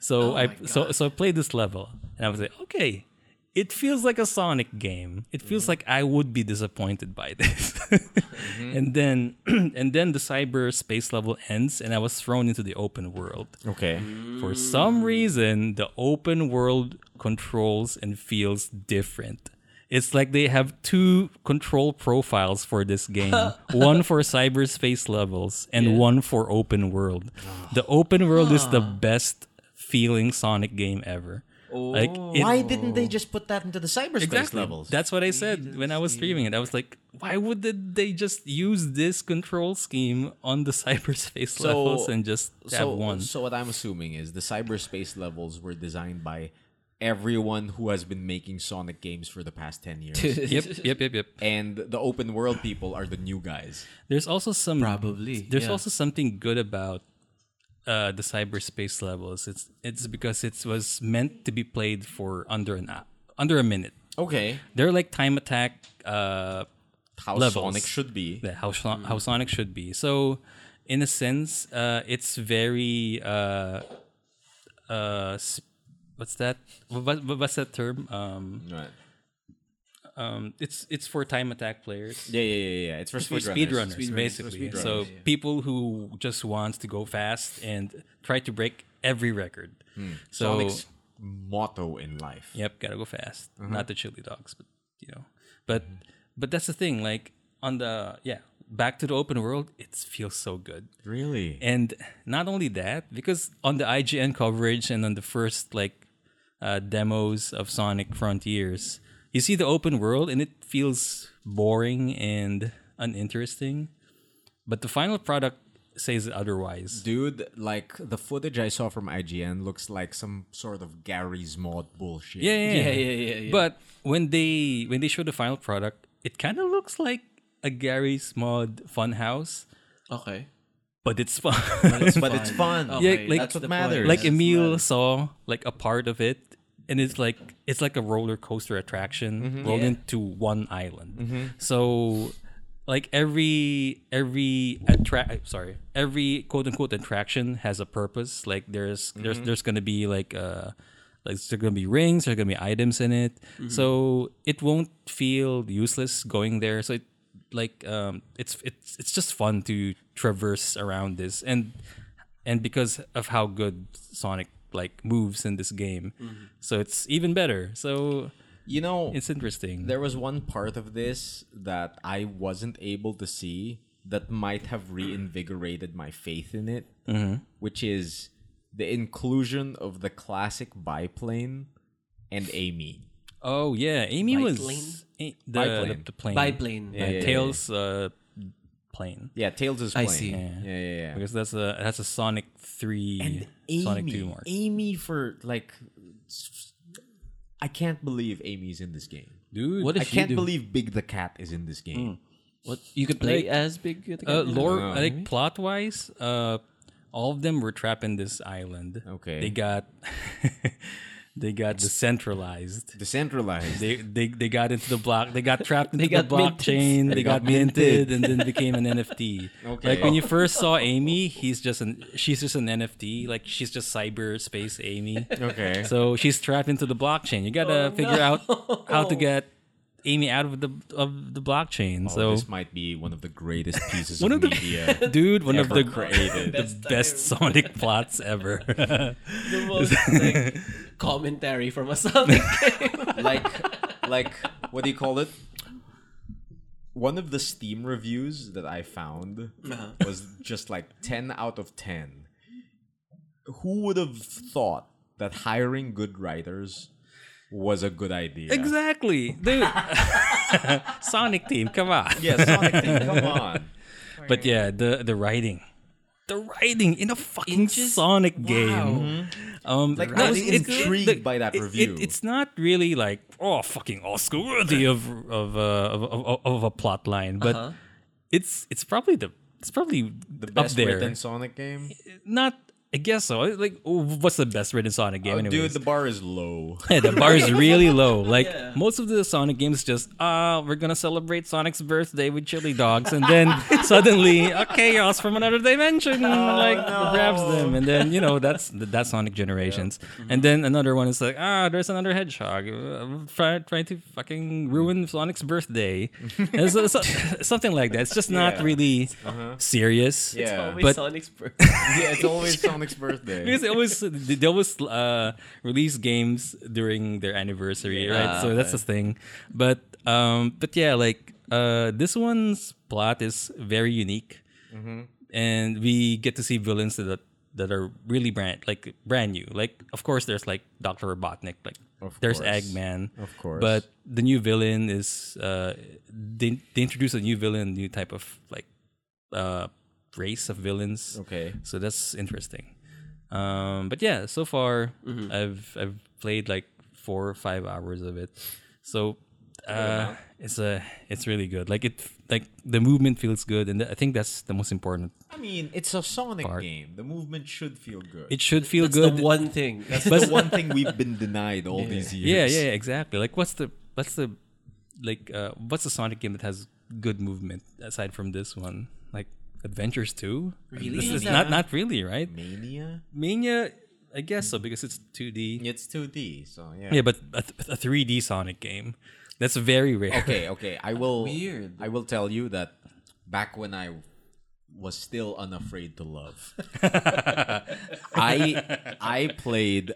So I so so I played this level and I was like, okay, it feels like a Sonic game. It feels like I would be disappointed by this. And then and then the cyberspace level ends and I was thrown into the open world.
Okay.
For some reason, the open world controls and feels different. It's like they have two control profiles for this game one for cyberspace levels and one for open world. The open world is the best feeling Sonic game ever. Like it,
Why didn't they just put that into the cyberspace
Exactly.
levels?
That's what I said when I was streaming it. I was like, why would did they just use this control scheme on the cyberspace levels and just have
so,
one?
So what I'm assuming is the cyberspace levels were designed by everyone who has been making Sonic games for the past ten years,
yep, yep, yep, yep.
and the open world people are the new guys.
There's also some
Probably,
There's
yeah.
also something good about uh, the cyberspace levels. It's it's because it was meant to be played for under an hou- under a minute.
Okay,
They're like time attack. Uh,
how
Levels.
Sonic should be.
that how Son-
Mm-hmm.
how Sonic should be. So, in a sense, uh, it's very uh, uh, sp- what's that? What, what, what's that term? Um,
Right.
um, it's it's for time attack players.
Yeah, yeah, yeah, yeah. It's for
for
speedrunners.
speedrunners, basically. so people who just wants to go fast and try to break every record. So
Sonic's motto in life.
yep, gotta go fast. Not the chili dogs, but you know. But but that's the thing. Like on the yeah, back to the open world, it feels so good.
Really?
And not only that, because on the IGN coverage and on the first like uh, demos of Sonic Frontiers, you see the open world and it feels boring and uninteresting. But the final product says otherwise.
Dude, like the footage I saw from IGN looks like some sort of Gary's mod bullshit.
Yeah, yeah,
yeah, yeah, yeah.
But when they when they show the final product, it kind of looks like a Gary Smod funhouse,
Okay.
but it's fun.
but it's fun.
Yeah, like-
that's what
the point.
matters.
like
Yes,
Emil
man.
saw like a part of it, and it's like it's like a roller coaster attraction rolled
Mm-hmm. Yeah. Mm-hmm.
into one island. So, like every every attract, sorry, every quote unquote attraction has a purpose. Like there's
Mm-hmm.
there's there's gonna be like uh like there's gonna be rings, there's gonna be items in it,
Mm-hmm.
so it won't feel useless going there. So it like um it's it's it's just fun to traverse around this and and because of how good Sonic like moves in this game,
Mm-hmm.
so it's even better. So
you know,
it's interesting.
there was one part of this that I wasn't able to see that might have reinvigorated my faith in it,
Mm-hmm.
which is the inclusion of the classic biplane and Amy.
oh yeah, Amy
Biplane?
was eh, the,
Biplane.
the the plane
Biplane.
Uh,
Yeah,
yeah,
Tails uh, plane
Yeah, Tails is
I
playing.
see.
Yeah, yeah, yeah.
because that's a that's a Sonic three Sonic two mark.
Amy for like, s- I can't believe Amy's in this game.
Dude,
What
I
if you
can't
do?
believe Big the Cat is in this game.
Mm.
What you could play as big? I think.
uh, lore
know.
like plot wise, uh, all of them were trapped in this island.
Okay.
they got they got decentralized.
Decentralized.
they, they they got into the block. They got trapped into the
got
blockchain. They, got,
got
minted and then became an NFT.
Okay.
Like when you first saw Amy, he's just an she's just an NFT. Like she's just cyberspace Amy.
okay.
So she's trapped into the blockchain. You gotta figure out how to get Amy out of the of the blockchain.
Oh,
so
this might be one of the greatest pieces
One
of,
of the-
media
dude, one of
ever
the
created.
the best Sonic plots ever.
the most like, commentary from a Sonic game.
like like what do you call it one of the steam reviews that i found was just like 10 out of 10 who would have thought that hiring good writers was a good idea
exactly, dude. Sonic team, come on.
yeah sonic Team, come on
But yeah, the the writing. The writing in a fucking Sonic game. Um,
Mm-hmm. Like,
that
I was
it's-
intrigued
like,
by that
it- it-
review.
it's not really like oh fucking Oscar worthy of of, uh, of of of a plot line, but it's it's probably the it's probably
Uh-huh. the
up
best
there.
written sonic game
Not I guess so. Like oh, what's the best written Sonic
Oh,
game? anyways?
dude the bar is low
Yeah, the bar is really low. Like
Yeah.
most of the Sonic games, just ah, we're gonna celebrate Sonic's birthday with chili dogs, and then suddenly a chaos from another dimension
Oh,
like grabs them, and then you know that's that's Sonic Generations,
Mm-hmm.
and then another one is like ah, there's another hedgehog uh, try, trying to fucking ruin Sonic's birthday, And so- so- something like that. It's just not
Yeah. Uh-huh.
really serious.
yeah
Always
But-
Sonic's birth.
yeah it's always sonic's birthday
Because they always they always uh, release games during their anniversary, right? So that's the thing. But um, but yeah, like uh, this one's plot is very unique,
Mm-hmm.
and we get to see villains that that are really brand like brand new. Like of course, there's like Doctor Robotnik, like
Of
there's
course.
Eggman,
Of course.
But the new villain is uh, they they introduce a new villain, new type of like uh, race of villains.
okay
So that's interesting. Um, but yeah, so far
Mm-hmm.
I've I've played like four or five hours of it. So uh, it's a it's really good. Like it like the movement feels good, and I think that's the most important.
i mean it's a sonic
Part.
game the movement should feel good
It should feel
That's
good.
the one thing. That's
That's the one thing we've been denied all these
yeah,
years.
yeah, exactly. Like what's the what's the like uh, what's the Sonic game that has good movement aside from this one? Like Adventures Two. Really? This is not not really right.
Mania?
Mania, I guess so because it's two D.
It's 2D, so yeah.
Yeah, but a, th- a 3D Sonic game. That's very rare.
Okay, okay. I will
Weird.
I will tell you that back when I was still unafraid to love. I I played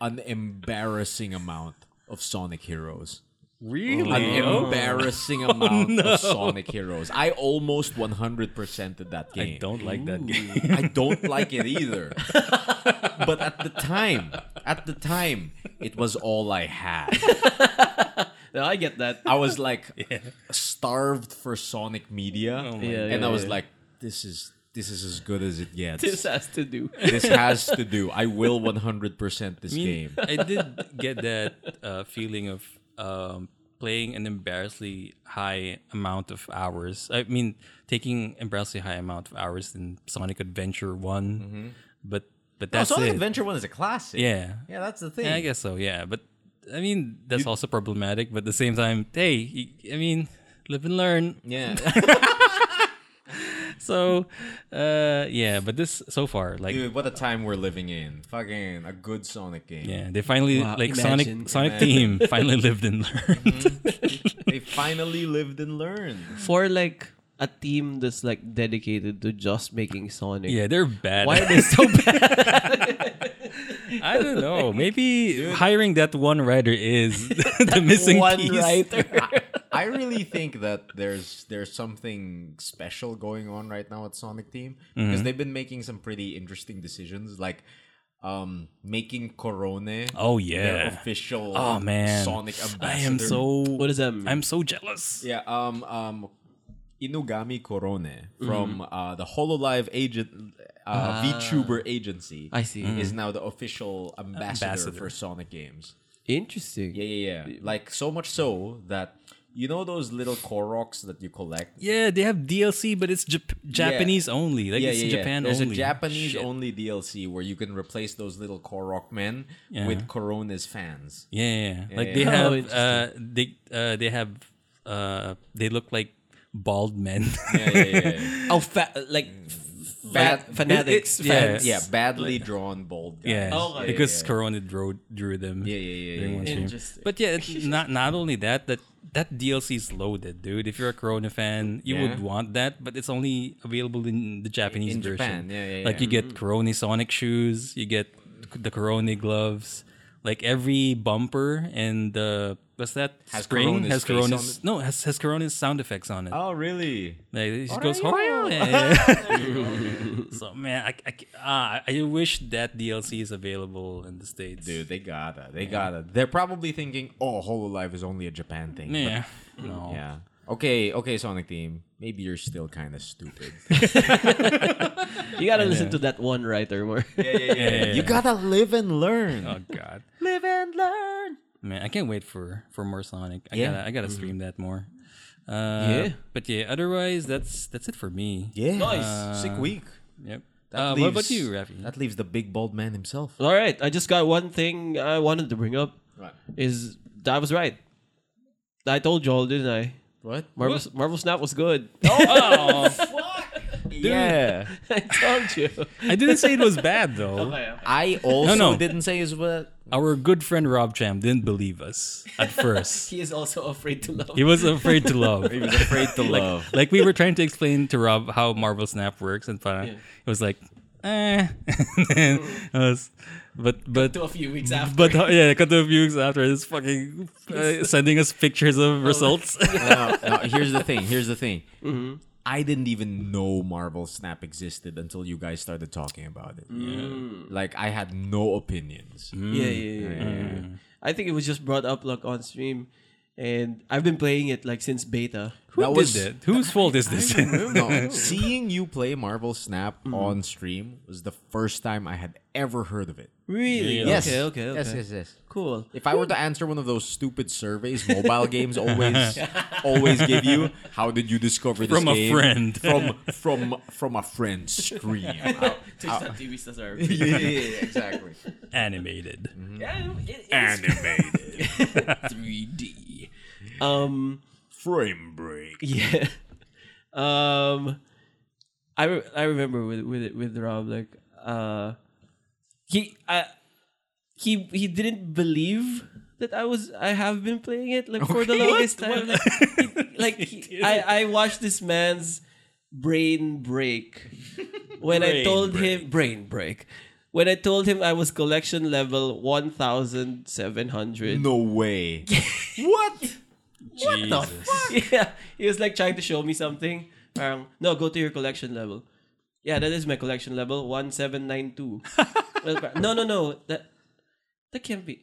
an embarrassing amount of Sonic Heroes.
Really?
An
Oh.
embarrassing amount of Sonic Heroes. I almost 100%ed that game.
I don't like that game.
I don't like it either. but at the time, at the time, it was all I had.
no, I get that.
I was like starved for Sonic media,
Yeah,
and
yeah,
I was
yeah.
like, "This is this is as good as it gets.
This
This,
has to do.
has to do. I will 100 percent this
I mean,
game."
I did get that uh, feeling of um, playing an embarrassingly high amount of hours. I mean, taking embarrassingly high amount of hours in Sonic Adventure One, but but
No,
that's
Oh, Sonic
it.
Adventure One is a classic.
yeah,
yeah, that's the thing.
Yeah, I guess so. Yeah, but I mean that's also problematic. But at the same time, hey, y- I mean, live and learn.
Yeah,
So, uh, yeah. But this so far, like,
dude, what a time we're living in. Fucking a good Sonic game.
yeah, they finally
Wow,
like
imagine,
Sonic Sonic
imagine.
team finally lived and learned.
They finally lived and learned.
for like a team that's like dedicated to just making Sonic.
yeah, they're bad.
Why are they so bad?
I don't know. Maybe hiring that one writer is the missing
One
piece.
writer.
I really think that there's there's something special going on right now at Sonic Team because
Mm-hmm.
they've been making some pretty interesting decisions, like um making Corone
Oh
their
yeah.
official
Oh man.
Sonic ambassador.
I am so.
what does that mean?
I'm so jealous.
yeah um um Inugami Corone
Mm-hmm.
from uh, the Hololive agent uh, VTuber agency.
Ah. I see.
is now the official ambassador,
Mm-hmm. Ambassador.
for Sonic games.
Interesting.
Yeah, yeah, yeah. Like so much so that you know those little Koroks that you collect.
Yeah, they have DLC, but it's Jap- Japanese only. Like
yeah,
it's
yeah, yeah.
Japan
There's
only.
a Japanese
Shit.
only DLC where you can replace those little Korok men
Yeah.
with Corona's fans.
Yeah, yeah, yeah. like they
yeah.
Oh,
have
interesting.
uh, they uh, they have uh, they look like bald men.
Yeah, yeah, yeah, yeah.
Oh, fa- like
Bad-
fat fanatics.
it- yeah.
yeah, badly drawn bold guys.
yeah,
Okay.
because
Oh, yeah, yeah.
Corona drew drew them.
Yeah, yeah, yeah,
during
yeah,
one
yeah.
stream.
Interesting.
But yeah, it's not not only that that that DLC is loaded, dude. If you're a Corona fan, you would
Yeah.
want that, but it's only available in the Japanese
In Japan,
version.
yeah, yeah, Mm.
Like
yeah.
you get Corona Sonic shoes, you get the Corona gloves. Like every bumper and the what's that
Has
spring
Corona's
has
face on
Corona's
it?
no has has Corona's sound effects on it.
Oh really?
Like it just goes
Oreo.
"Oreo." Yeah, yeah, yeah. so man, I, I, ah, I wish that DLC is available in the states,
Dude, they gotta. They gotta. They're probably thinking, oh, Hololive is only a Japan thing. but
Yeah, no.
Yeah. Okay, okay, Sonic Team. Maybe you're still kind of stupid.
You gotta listen to that one writer more.
yeah,
You
yeah.
gotta live and learn.
Oh god,
Live and learn.
man, I can't wait for for more Sonic. I
Yeah. Mm-hmm.
gotta I gotta stream that more. Uh,
Yeah.
but yeah. Otherwise, that's that's it for me.
Yeah.
Nice.
Uh,
Sick week.
Yep.
That
uh, what about you, Rafi?
That leaves the big bald man himself.
All right, I just got one thing I wanted to bring up.
Right.
Is that I was right? I told y'all, didn't I?
What?
Marvel, Marvel Snap was good. Oh,
Yeah.
I told you.
I didn't say it was bad though.
I also
No, no.
didn't say as well.
Our good friend Rob Jam didn't believe us at first.
He is also afraid to love.
he was afraid to love.
He was afraid to love.
like we were trying to explain to Rob how Marvel Snap works, and uh, it was like, eh. and then it was, but but
a few weeks after.
but uh, yeah, a couple of weeks after this fucking uh, sending us pictures of results.
no, no, here's the thing. Here's the thing. I didn't even know Marvel Snap existed until you guys started talking about it. Like I had no opinions.
Mm-hmm.
yeah, yeah, yeah, yeah, yeah. I think it was just brought up like on stream, and I've been playing it like since beta.
Who
That
did
was-
that? Whose fault is this?
No, seeing you play Marvel Snap on stream was the first time I had ever heard of it.
Really?
Yes.
Okay. Okay.
Yes,
Okay.
yes, yes.
Cool.
If I were to answer one of those stupid surveys mobile games always always give you, how did you discover this
From a
game?"
friend.
From from from a friend stream. yeah,
Twitch.tv slash RP.
yeah, yeah, exactly.
Animated.
Animated
3D. Um.
frame break.
Yeah. Um. I re- I remember with with it with Rob like uh, he I he he didn't believe that I was I have been playing it like for the longest time. Like, he- like he- I I watched this man's brain break when I told him brain break. When I told him I was collection level 1700.
No way. what?
Jesus.
yeah, he was like trying to show me something. Parang, no, go to your collection level. Yeah, that is my collection level, 1792. Well, par- no, no, no. That that can't be.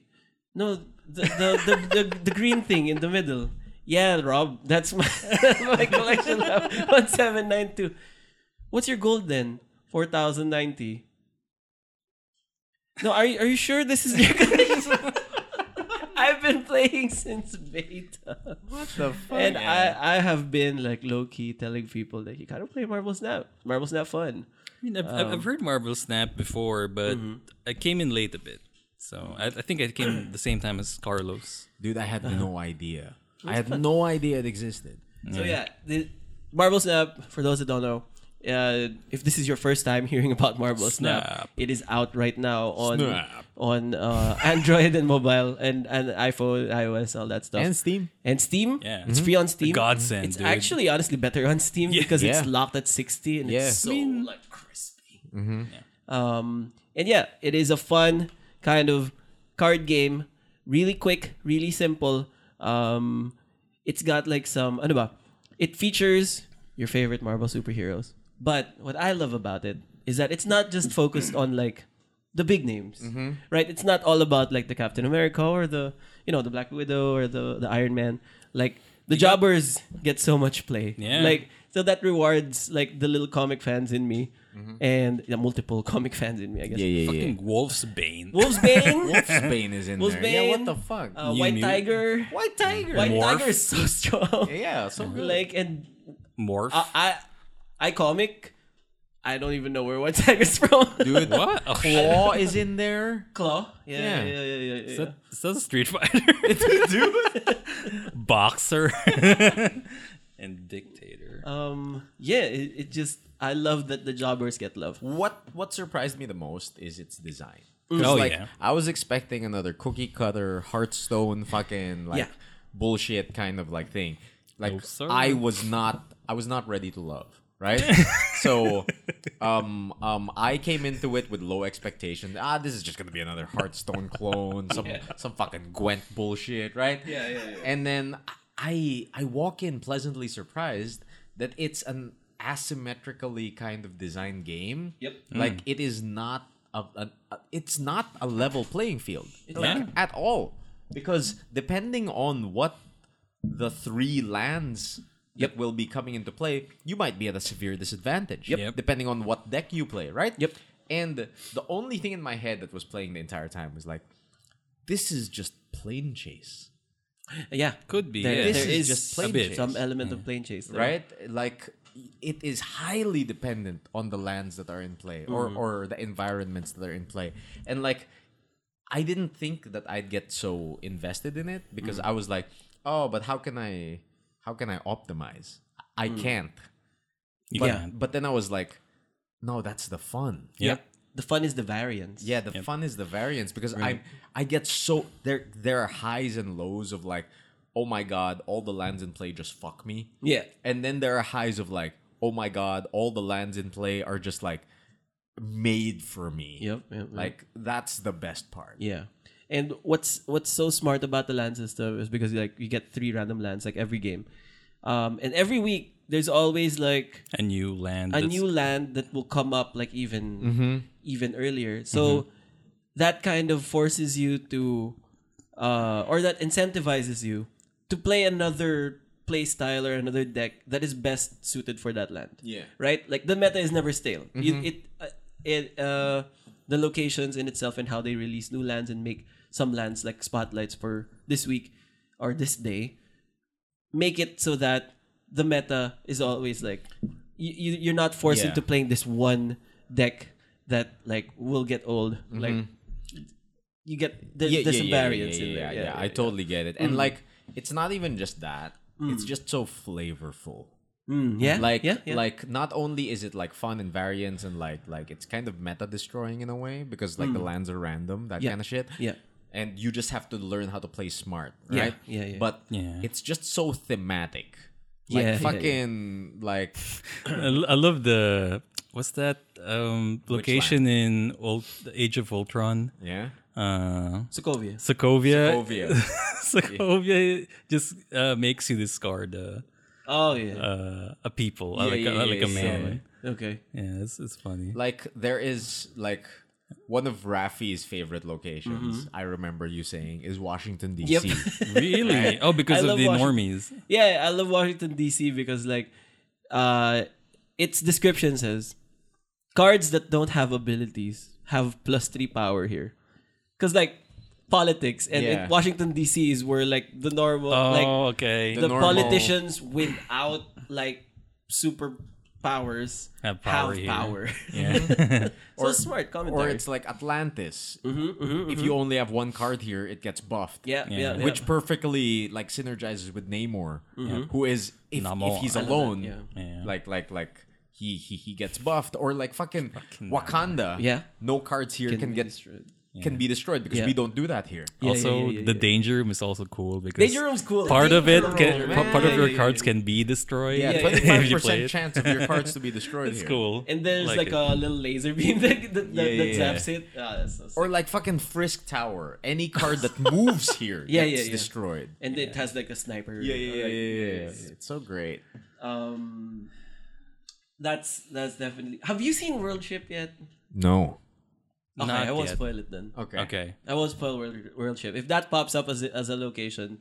No, the the, the, the, the green thing in the middle. Yeah, Rob, that's my, my collection level, 1792. What's your gold then? 4090. No, are you, are you sure this is your collection? I've been playing playing since beta.
What the fuck?
and I, I have been like low key telling people like you gotta play Marvel Snap. Marvel Snap fun.
I mean, I've, I've- I've heard Marvel Snap before, but I came in late a bit. So I, I think I came the same time as Carlos.
dude, I
Uh-huh.
had no idea. I had no idea it existed.
So yeah, the Marvel Snap. For those that don't know, uh, if this is your first time hearing about Marvel Snap,
Snap.
it is out right now on
Snap.
on uh, Android and mobile and and iPhone, iOS, all that stuff,
And Steam.
and Steam.
Yeah. Mm-hmm.
it's free on Steam.
godsend,
It's
dude.
actually honestly better on Steam because it's
Yeah.
locked at sixty and
Yeah. Mm-hmm.
it's so like crispy. Um, and yeah, it is a fun kind of card game. Really quick, really simple. Um, it's got like some ano ba? It features your favorite Marvel superheroes. But what I love about it is that it's not just focused on like the big names,
Mm-hmm.
right? It's not all about like the Captain America or the you know the Black Widow or the the Iron Man. Like the jobbers get so much play.
Yeah.
Like so that rewards like the little comic fans in me and the multiple comic fans in me, I guess.
Mm-hmm. yeah,
Fucking Wolf's Bane.
Wolfsbane,
Wolfsbane is in there.
Wolfsbane,
Yeah, what the fuck?
uh,
New
White
Mutant.
Tiger,
White Tiger.
White
Morph.
Tiger is so strong.
Yeah, so good.
uh-huh. Like and
Morph.
I, I, I comic. I don't even know where White Tiger's from.
dude,
what? Oh, shit.
Claw is in there.
Claw. Yeah,
Yeah.
yeah, yeah, yeah. yeah,
Is
yeah.
that, is that a Street Fighter? Boxer. and Dictator.
Um, yeah. It, it just I love that the jobbers get love.
What what surprised me the most is its design.
Oh,
Oh like,
yeah.
I was expecting another cookie cutter Hearthstone fucking like
Yeah.
bullshit kind of like thing. Like
No, sir.
I was not I was not ready to love, right? so um um I came into it with low expectation. Ah, this is just gonna be another Hearthstone clone, some some fucking Gwent bullshit, right?
Yeah, yeah, yeah.
And then I I walk in pleasantly surprised that it's an asymmetrically kind of design game.
Yep.
Like it is not a, a, a- it's not a level playing field like,
Yeah.
at all because depending on what the three lands that will be coming into play, you might be at a severe disadvantage.
Yep.
Depending on what deck you play, right?
Yep.
And the only thing in my head that was playing the entire time was like, this is just plane chase.
Yeah,
Could be,
There,
yeah.
there
This
is
is
just
a
plane
bit,
chase.
some element of plane chase, there.
right? Like it is highly dependent on the lands that are in play or or the environments that are in play. And like I didn't think that I'd get so invested in it because I was like, "Oh, but how can I how can I optimize? I can't."
You
But
can't.
but then I was like, "No, that's the fun."
Yep.
The fun is the variance.
Yeah, the fun is the variance because I I get so there there are highs and lows of like, "Oh my god, all the lands in play just fuck me."
yeah.
And then there are highs of like, oh my god, all the lands in play are just like made for me.
Yep, yep, yep.
Like that's the best part.
Yeah. And what's what's so smart about the land system is because like you get three random lands like every game, um, and every week there's always like
A new land.
a
that's- Mm-hmm.
new land that will come up like even even earlier. So that kind of forces you to, uh, or that incentivizes you to play another play style or another deck that is best suited for that land.
Yeah.
Right. Like the meta is never stale. You,
Mm-hmm.
it uh, it uh, the locations in itself and how they release new lands and make some lands like spotlights for this week or this day make it so that the meta is always like you, you you're not forced
Yeah.
into playing this one deck that like will get old like you get there, there's some variance
Mm-hmm. yeah,
in there
yeah, yeah, I totally get it.
Mm.
And like it's not even just that. It's just so flavorful.
Mm, yeah
Like
yeah, yeah.
like not only is it like fun and variance and like like it's kind of meta destroying in a way because like the lands are random, that
Mm. Yeah.
kind of shit.
Yeah.
And you just have to learn how to play smart,
Yeah.
right?
Yeah, yeah.
But
Yeah.
it's just so thematic. Like
Yeah, yeah, yeah.
fucking like
I, lo- I love the what's that um, location in old the Age of Ultron?
yeah.
Uh,
Sokovia
Sokovia.
Sokovia.
Sokovia just uh, makes you discard uh,
oh yeah
uh, a people, uh,
Yeah,
like, a,
yeah,
like a
yeah,
man.
okay
Yeah, it's, it's funny.
like there is like one of Rafi's favorite locations.
Mm-hmm.
I remember you saying is Washington D.C.
really? Oh, because
I
of
love
the
Washington.
normies.
yeah I love Washington DC because like uh its description says cards that don't have abilities have plus three power here because like politics, and
Yeah.
in Washington D.C. is where like the normal
Oh,
like
okay.
the,
The normal-
politicians without like superpowers
Have power here.
power.
yeah.
so smart
Or
commentary.
it's like Atlantis. If you only have one card here, it gets buffed.
Mm-hmm, yeah,
Yeah.
yeah, Mm-hmm.
Which perfectly like synergizes with Namor, who is if,
Namor.
if he's
I love
alone,
yeah.
Yeah.
like like like he, he he gets buffed or like fucking, Wakanda.
Yeah.
no cards here can,
be
get
destroyed.
can be destroyed because
Yeah.
we don't do that here.
Yeah,
also,
yeah, yeah, yeah,
the
yeah.
danger room is also cool because
Danger room's cool.
part of it
Danger
can
room,
part of
man.
your
Yeah, yeah,
cards
yeah.
can be destroyed.
Yeah,
yeah, yeah.
twenty
if
five
you play
percent
it.
chance of your cards to be destroyed.
It's
here.
cool.
And there's
Like
like,
it.
a little laser beam that that, that,
Yeah, yeah,
that zaps it. Ah, that's so sick.
Or like fucking Frisk Tower. Any card that moves here
Yeah,
gets
yeah, yeah.
destroyed.
and it has like a sniper. like,
It's so great.
Um, that's that's definitely. Have you seen World Ship yet?
No.
Okay,
Not
I won't
yet.
spoil it then.
Okay.
Okay.
I won't spoil World, World Ship. If that pops up as a, as a location,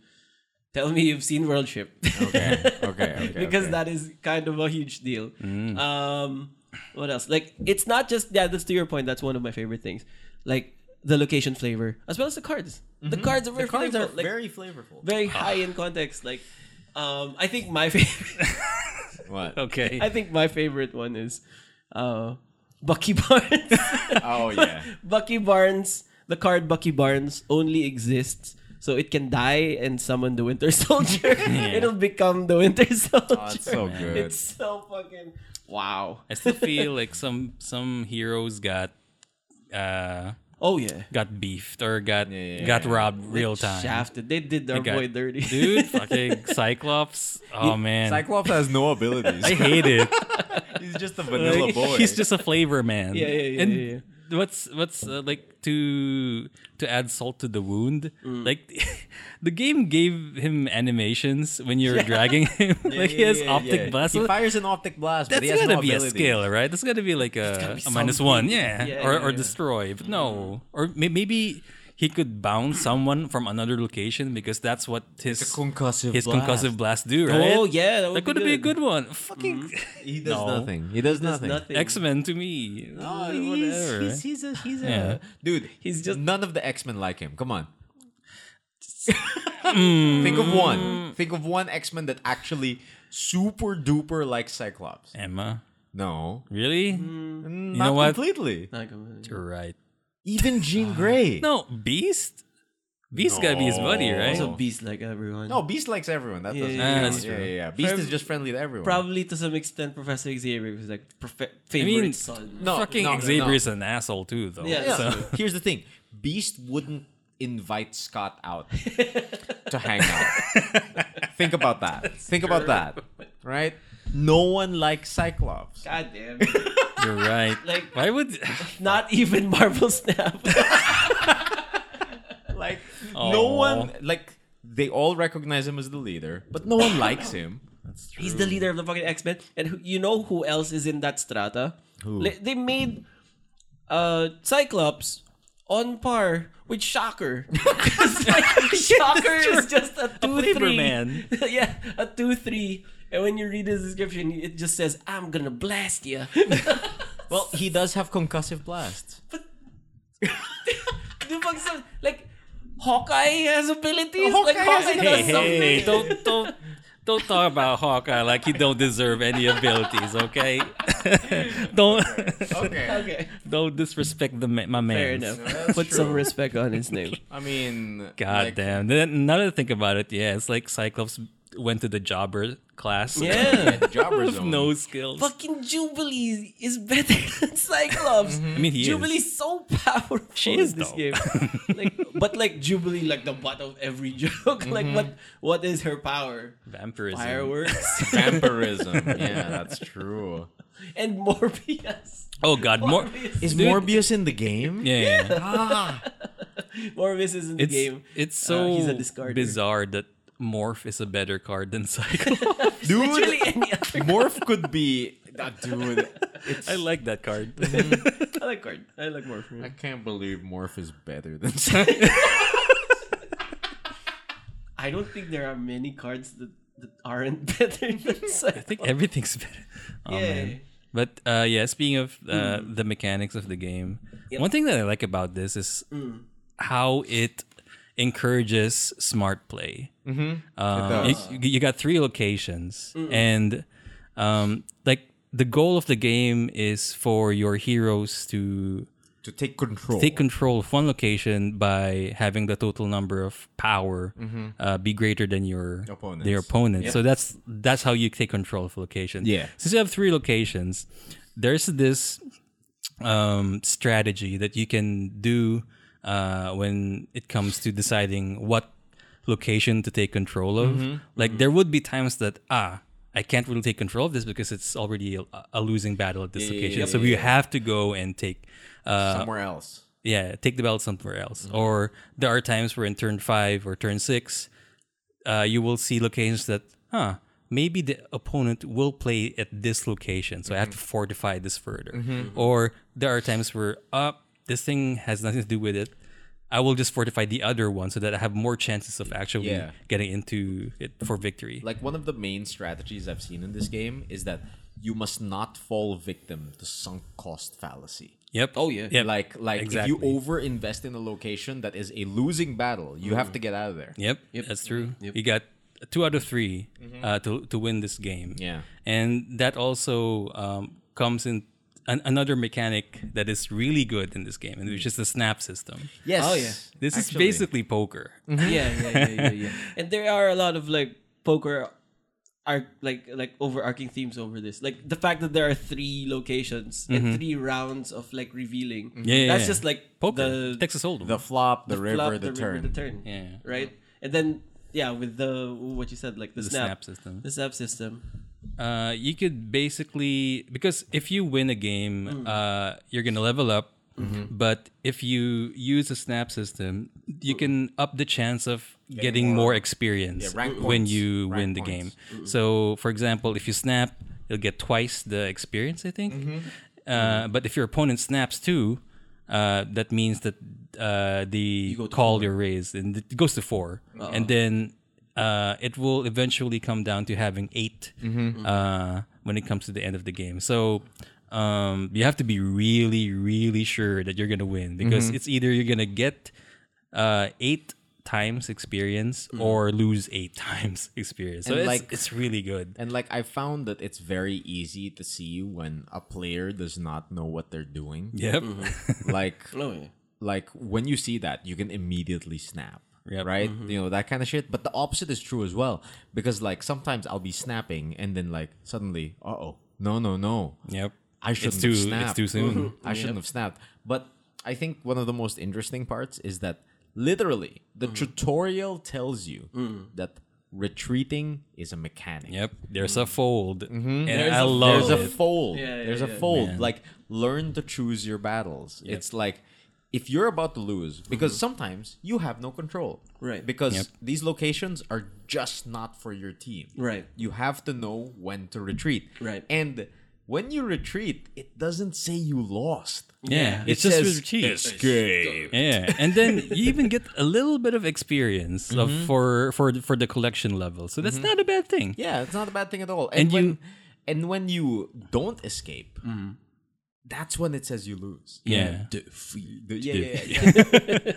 tell me you've seen World Ship.
Okay. Okay. okay okay.
because
Mm.
that is kind of a huge deal. Um, what else? Like, it's not just yeah. That's to your point. That's one of my favorite things. Like the location flavor as well as the cards. The cards are very
Mm-hmm. cards are
flavorful, like,
very flavorful.
very high in context. Like, um, I think my favorite.
What?
Okay.
I think my favorite one is, uh, Bucky Barnes.
Oh yeah.
Bucky Barnes. The card Bucky Barnes only exists. So it can die and summon the Winter Soldier. It'll become the Winter Soldier.
Oh, it's so good.
It's so fucking wow.
I still feel like some some heroes got uh
Oh yeah,
got beefed or got
Yeah.
got robbed real
They
time.
Shafted. They did their
got-
boy dirty,
Dude, fucking Cyclops. Oh man.
Cyclops has no abilities.
I hate it.
He's just a vanilla
Like,
boy.
He's just a flavor man.
Yeah, yeah, yeah,
And
yeah,
what's what's uh, like to to add salt to the wound?
Mm.
Like the game gave him animations when you're dragging him. like he has optic blast.
He fires an optic blast. but
That's
he has
gotta
no
be a
abilities.
skill, right? That's gotta be like a,
be
a minus
something.
one, yeah,
Yeah,
or
yeah,
or
yeah. Mm.
destroy. But no, or may- maybe he could bounce someone from another location because that's what his
Concussive.
his
blast.
concussive blast do, right?
Oh yeah, that,
that
would Mm.
could be a good one. Fucking
He does
No.
nothing. He does nothing.
Nothing.
X Men to me. Ah,
Oh,
Whatever,
he's,
right?
he's, he's a he's a
Yeah.
dude.
He's just-
none of the X Men like him. Come on. Think of
Mm.
one. Think of one X Men that actually super duper like Cyclops.
Emma,
No,
really?
not
know what?
completely.
Not good.
You're right.
Even Jean Grey.
No, Beast. Beast gotta be his buddy, right?
Also, beast like everyone.
no, Beast likes everyone. That
Yeah,
doesn't.
yeah,
count.
yeah. That's
yeah,
true.
yeah, yeah. Beast
Prob-
is just friendly to everyone.
Probably to some extent, Professor Xavier was like prof-
mean,
favorite son.
No,
Fucking
no, no,
Xavier
no.
is an asshole too, though.
Yeah.
Yeah.
so-
Here's the thing: Beast wouldn't invite Scott out to hang out. Think about that. Think about that. Right? No one likes Cyclops.
God damn it.
you're right.
Like-
why would?
Not even Marvel Snap.
Like no
Aw.
one like they all recognize him as the leader, but no one likes him.
He's the leader of the fucking X Men, and who, you know who else is in that strata?
Who?
Like, they made uh Cyclops on par with Shocker. It's like, Shocker is just a two three
Flavorman.
yeah, a two three. And when you read his description, it just says, "I'm gonna blast you."
Well, he does have concussive blasts.
The fuck is- like Hawkeye has abilities. like
Hawkeye has
Hawkeye
hey,
does
hey,
something.
don't don't don't talk about Hawkeye like he don't deserve any abilities, okay? don't
Okay.
Okay,
don't disrespect the ma- my man.
fair enough.
That's
Put some
true.
respect on his name.
I mean
God
like,
damn. Then now that I think about it, yeah, it's like Cyclops went to the jobber class.
Yeah.
the Jobber
with
zone.
no skills.
fucking Jubilee is better than Cyclops.
Mm-hmm. I mean, he
Jubilee's
is.
so powerful
She is,
in this
though.
game. like, but like Jubilee, like the butt of every joke. like,
Mm-hmm.
what what is her power?
Vampirism.
Fireworks
Vampirism. Yeah, that's true.
and Morbius.
Oh God, more.
Morbius,
Is
Dude.
Morbius in the game?
Yeah, yeah, yeah.
Ah.
Morbius is in the
It's
game.
it's
Uh,
so
he's a discarder.
bizarre that Morph is a better card than Cyclops.
Dude,
Literally any other.
Morph could be. Ah, dude,
I like that card.
I like card. I like Morpheus.
I can't believe Morph is better than Cyclops.
I don't think there are many cards that, that aren't better than Cyclops.
I think everything's better. Oh, man.
Yay. Hmm.
But uh, yeah, speaking of
Hmm.
uh, the mechanics of the game, one thing that I like about this is how it encourages smart play. Um,
does.
Uh-huh.
you, you got three locations,
Hmm.
and um, like the goal of the game is for your heroes to
to take control.
take control of one location by having the total number of power uh, be greater than your
Mm-hmm. Opponents.
their opponent. So that's that's how you take control of a location.
Yeah.
Since you have three locations, there's this um, strategy that you can do uh, when it comes to deciding what location to take control of.
Mm-hmm.
Like there would be times that ah. I can't really take control of this because it's already a, a losing battle at this location. so we have to go and take uh,
somewhere else.
yeah, take the belt somewhere else. Or there are times where in turn five or turn six, uh, you will see locations that, huh, maybe the opponent will play at this location, so I have to fortify this further. Or there are times where, uh, this thing has nothing to do with it. I will just fortify the other one so that I have more chances of actually
Yeah.
getting into it for victory.
Like one of the main strategies I've seen in this game is that you must not fall victim to sunk cost fallacy.
yep.
Oh, yeah.
Yep.
Like like
Exactly.
if you over invest in a location that is a losing battle, you have to get out of there.
Yep, that's true. You got two out of 3 uh, to to win this game.
Yeah.
and that also um, comes in an, another mechanic that is really good in this game, and which is the snap system.
Yes.
Oh, yeah.
This
Actually. Mm-hmm.
is basically poker.
yeah, yeah, yeah, yeah, yeah. And there are a lot of like poker, arc, like like overarching themes over this. Like the fact that there are three locations and three rounds of like revealing.
Mm-hmm. Yeah, yeah,
that's
yeah.
just like
Poker,
The,
Texas Hold'em.
the flop, the, river,
flop,
the, turn.
river, the turn.
yeah,
Right, and then yeah, with the what you said, like the,
the
snap,
snap system.
the snap system.
Uh, you could basically because if you win a
Mm.
game, uh, you're gonna level up.
Mm-hmm.
But if you use a snap system, you can up the chance of getting, more, experience
Yeah, rank
when
points.
you
Rank
win the
points.
game. Mm-hmm. So, for example, if you snap, you'll get twice the experience, I think.
Mm-hmm.
Uh, but if your opponent snaps too, uh, that means that uh, the
go to
call your raise and it goes to 4 and then uh, it will eventually come down to having 8
Mm-hmm.
uh, when it comes to the end of the game. So um, you have to be really, really sure that you're gonna win because
Mm-hmm.
it's either you're gonna get uh, eight times experience
Mm-hmm.
or lose eight times experience. So
And
it's,
like-
it's really good.
And like I found that it's very easy to see when a player does not know what they're doing.
Yep.
Like
Oh yeah.
like when you see that, you can immediately snap.
Yep. Mm-hmm.
Right? You know, that kind of shit. But the opposite is true as well. Because like sometimes I'll be snapping and then like suddenly, uh oh, no, no, no.
Yep.
I shouldn't
it's too,
have snapped.
It's too soon.
I shouldn't have snapped. But I think one of the most interesting parts is that literally the
Mm-hmm.
tutorial tells you
Mm.
that retreating is a mechanic.
Yep. There's a fold. And
There's
I
a
love
Mm-hmm. There's a
it.
fold.
Yeah, yeah,
There's a
yeah.
fold. Like learn to choose your battles. It's like if you're about to lose, because sometimes you have no control.
Right.
Because
Mm-hmm. Yep.
these locations are just not for your team.
Right.
You have to know when to retreat.
Right.
And when you retreat, it doesn't say you lost.
yeah.
It
It's just
says
really cheap.
escape.
Yeah, and then you even get a little bit of experience of, for for for the collection level, so that's not a bad thing.
Mm-hmm. Yeah, it's not a bad thing at all. And,
And
when
you- Mm-hmm.
and when you don't escape, that's when it says you lose.
Yeah.
Defeat. Yeah, yeah, yeah.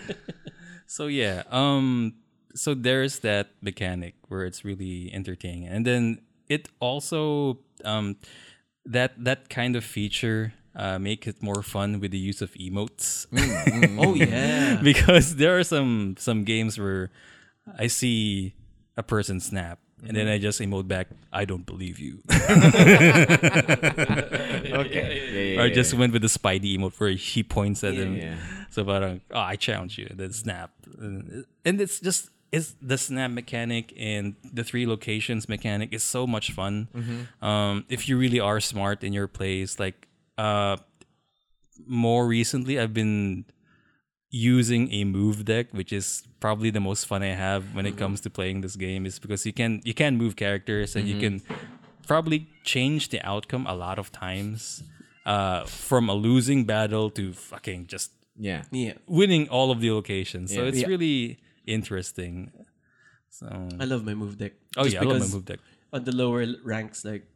So yeah, um, so there's that mechanic where it's really entertaining, and then it also um, that that kind of feature uh, make it more fun with the use of emotes
Oh yeah.
because there are some some games where I see a person snap.
Mm-hmm.
And then I just emote back, I don't believe you.
okay.
or I just went with the Spidey emote where he points at him.
yeah.
So parang, oh, I challenge you. Then snap. And it's just, it's the snap mechanic and the three locations mechanic is so much fun.
Mm-hmm.
Um, if you really are smart in your plays, like uh, more recently, I've been using a move deck, which is probably the most fun I have
Mm-hmm.
when it comes to playing this game, is because you can you can move characters and you can
Mm-hmm.
probably change the outcome a lot of times uh, from a losing battle to fucking just
yeah.
Yeah.
winning all of the locations. So
Yeah.
it's
Yeah.
really interesting. So
I love my move deck.
oh
Just
yeah, I love my
because
move deck.
on the lower ranks, like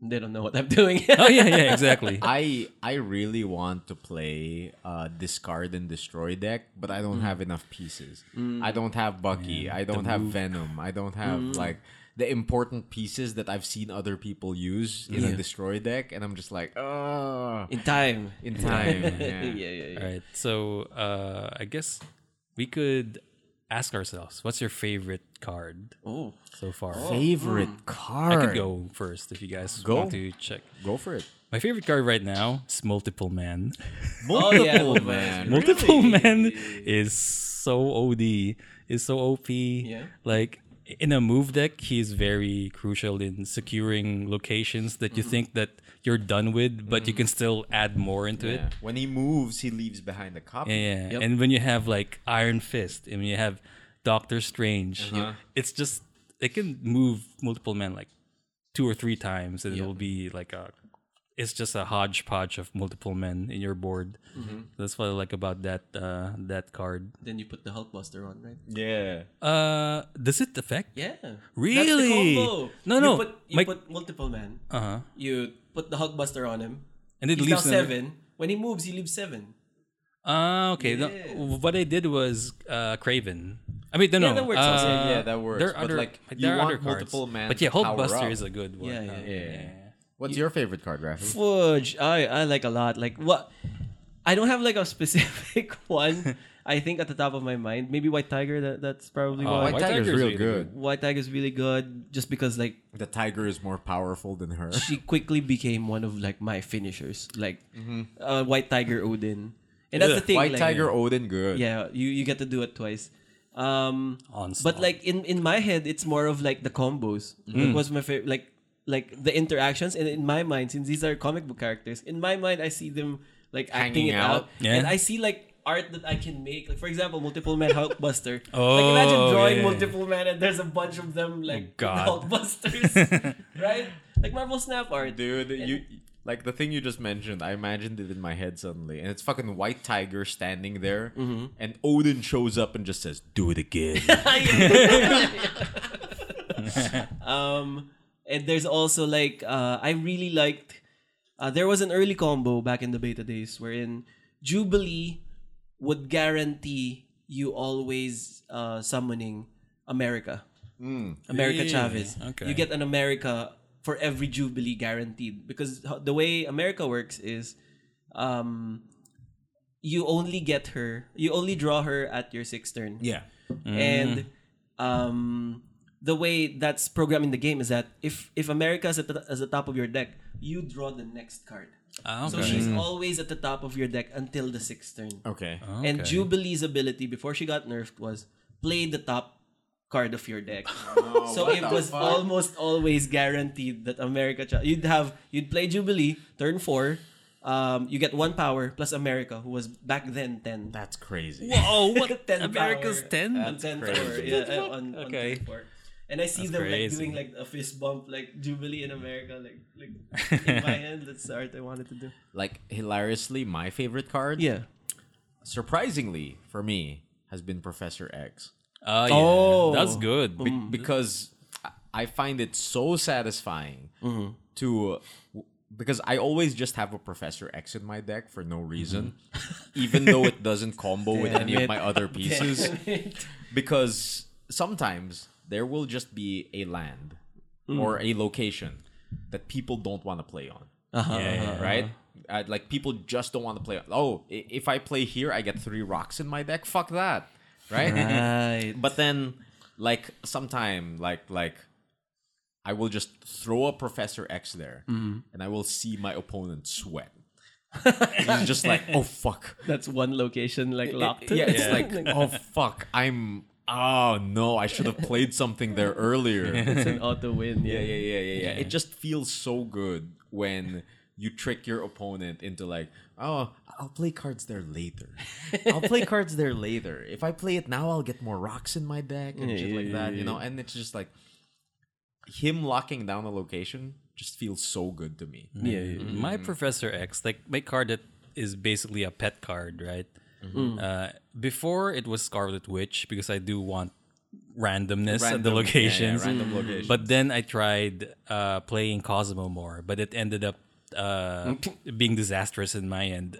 They don't know what I'm doing.
Oh yeah, yeah, exactly.
I I really want to play uh, discard and destroy deck, but I don't have enough pieces. I don't have Bucky. I don't have Venom. I don't have like the important pieces that I've seen other people use in a
Yeah.
destroy deck, and I'm just like, oh,
In time.
in time.
yeah, yeah,
yeah.
yeah.
All right, so uh, I guess we could ask ourselves, what's your favorite card
Oh.
so far?
Favorite
I
card?
could go first if you guys
Go.
want to check.
Go for it.
My favorite card right now is Multiple Man.
Oh, yeah,
Multiple
well,
man.
Multiple Man is so OD, is so OP.
Yeah.
Like in a move deck, he's very crucial in securing locations that
Mm-hmm.
you think that you're done with, but you can still add more into it.
Yeah. When he moves, he leaves behind a copy.
Yeah, yeah.
Yep.
and when you have like Iron Fist and when you have Doctor
Uh-huh.
Strange, you- it's just it can move multiple men like two or three times, and it'll be like a it's just a hodgepodge of multiple men in your board.
Mm-hmm.
That's what I like about that uh, that card.
Then you put the Hulkbuster on, right?
Yeah.
Uh, does it affect?
Yeah. That's
Really?
the combo.
No,
you
no,
Put, you
my-
put multiple man.
Uh huh.
You put the Hulkbuster on him.
And it
He's now
leaves another-
seven. When he moves, he leaves seven.
Ah, okay. No,
Yeah.
what I did was uh, Craven. I mean, no,
Yeah,
no.
that works
uh,
also.
Yeah, yeah, that works.
There are
But,
other,
like,
there
you
are
want
other cards.
multiple men
But yeah,
to power
Hulkbuster
up.
is a good one.
Yeah, yeah,
Uh,
yeah.
What's your favorite card, Rafi?
Fudge. I, I like a lot. Like what? I don't have like a specific one. I think at the top of my mind, maybe White Tiger. That that's probably
Oh,
why.
White
White
White,
Tiger's,
Tiger's
real
really
good.
Tiger is really good, just because like
The tiger is more powerful than her.
she quickly became one of like my finishers. Like uh, White Tiger Odin, and that's the thing.
Mm-hmm. White
like,
Tiger Odin good.
Yeah, you you get to do it twice. Um,
Onslaught.
but like in in my head, it's more of like the combos. It was my favorite, like like the interactions. And in my mind, since these are comic book characters, in my mind, I see them like acting
Hanging
it out,
out.
Yeah.
and I see like art that I can make. Like for example, multiple man Hulkbuster. like
Oh,
imagine drawing
yeah.
multiple man, and there's a bunch of them like
God.
Hulkbusters, right? Like Marvel Snap art.
Dude, you like the thing you just mentioned, I imagined it in my head suddenly. And it's fucking White Tiger standing there
Mm-hmm.
and Odin shows up and just says, Do it again.
um, and there's also like uh, I really liked. Uh, there was an early combo back in the beta days wherein Jubilee would guarantee you always uh, summoning America, America
Really?
Chavez.
Okay.
You get an America for every Jubilee guaranteed because ho- the way America works is. Um, you only get her. You only draw her at your sixth turn
yeah.
and
Mm.
um, the way that's programmed in the game is that if if America is at the, is the top of your deck, you draw the next card.
Ah, okay.
So she's always at the top of your deck until the sixth turn.
Okay.
And Jubilee's ability before she got nerfed was play the top card of your deck. so
Oh, what
it
the
was
fuck?
almost always guaranteed that America Ch- you'd have you'd play Jubilee turn 4 um, you get one power plus America who was back then 10
That's crazy.
Whoa, what?
10
America's
power.
10?
On 10 power, yeah, uh, on, on
Okay.
10 power. And I see
That's
them like
crazy.
doing like a fist bump, like Jubilee in America, like like in my hand. That's the art I wanted to do.
Like hilariously, my favorite card,
Yeah.
surprisingly for me, has been Professor X.
Ah, yeah.
Oh.
That's good.
Be- because I- I find it so satisfying
Mm-hmm.
to w- because I always just have a Professor X in my deck for no reason, even though it doesn't combo with
Mm-hmm. Damn
any
it.
of my other pieces. because sometimes there will just be a land or
Mm.
a location that people don't want to play on,
Uh-huh,
right? Uh, like people just don't want to play. On. Oh, i- if I play here, I get three rocks in my deck. Fuck that, right?
Right.
But then, like sometime, like like, I will just throw a Professor X there, and I will see my opponent sweat. He's just like, oh fuck.
That's one location like locked.
Yeah, it's like, oh fuck, I'm. Oh no, I should have played something there earlier.
it's an auto win.
Yeah, yeah, yeah, yeah, yeah. It just feels so good when you trick your opponent into like, oh, I'll play cards there later. I'll play cards there later. If I play it now, I'll get more rocks in my deck and shit like that, you know. And it's just like him locking down a location just feels so good to me.
My Professor X, like my card that is basically a
Mm-hmm.
pet card, right? Uh, before it was Scarlet Witch because I do want randomness of
Random- yeah,
the
yeah,
locations. Mm.
random locations.
But then I tried uh, playing Cosmo more, but it ended up uh, being disastrous in my end.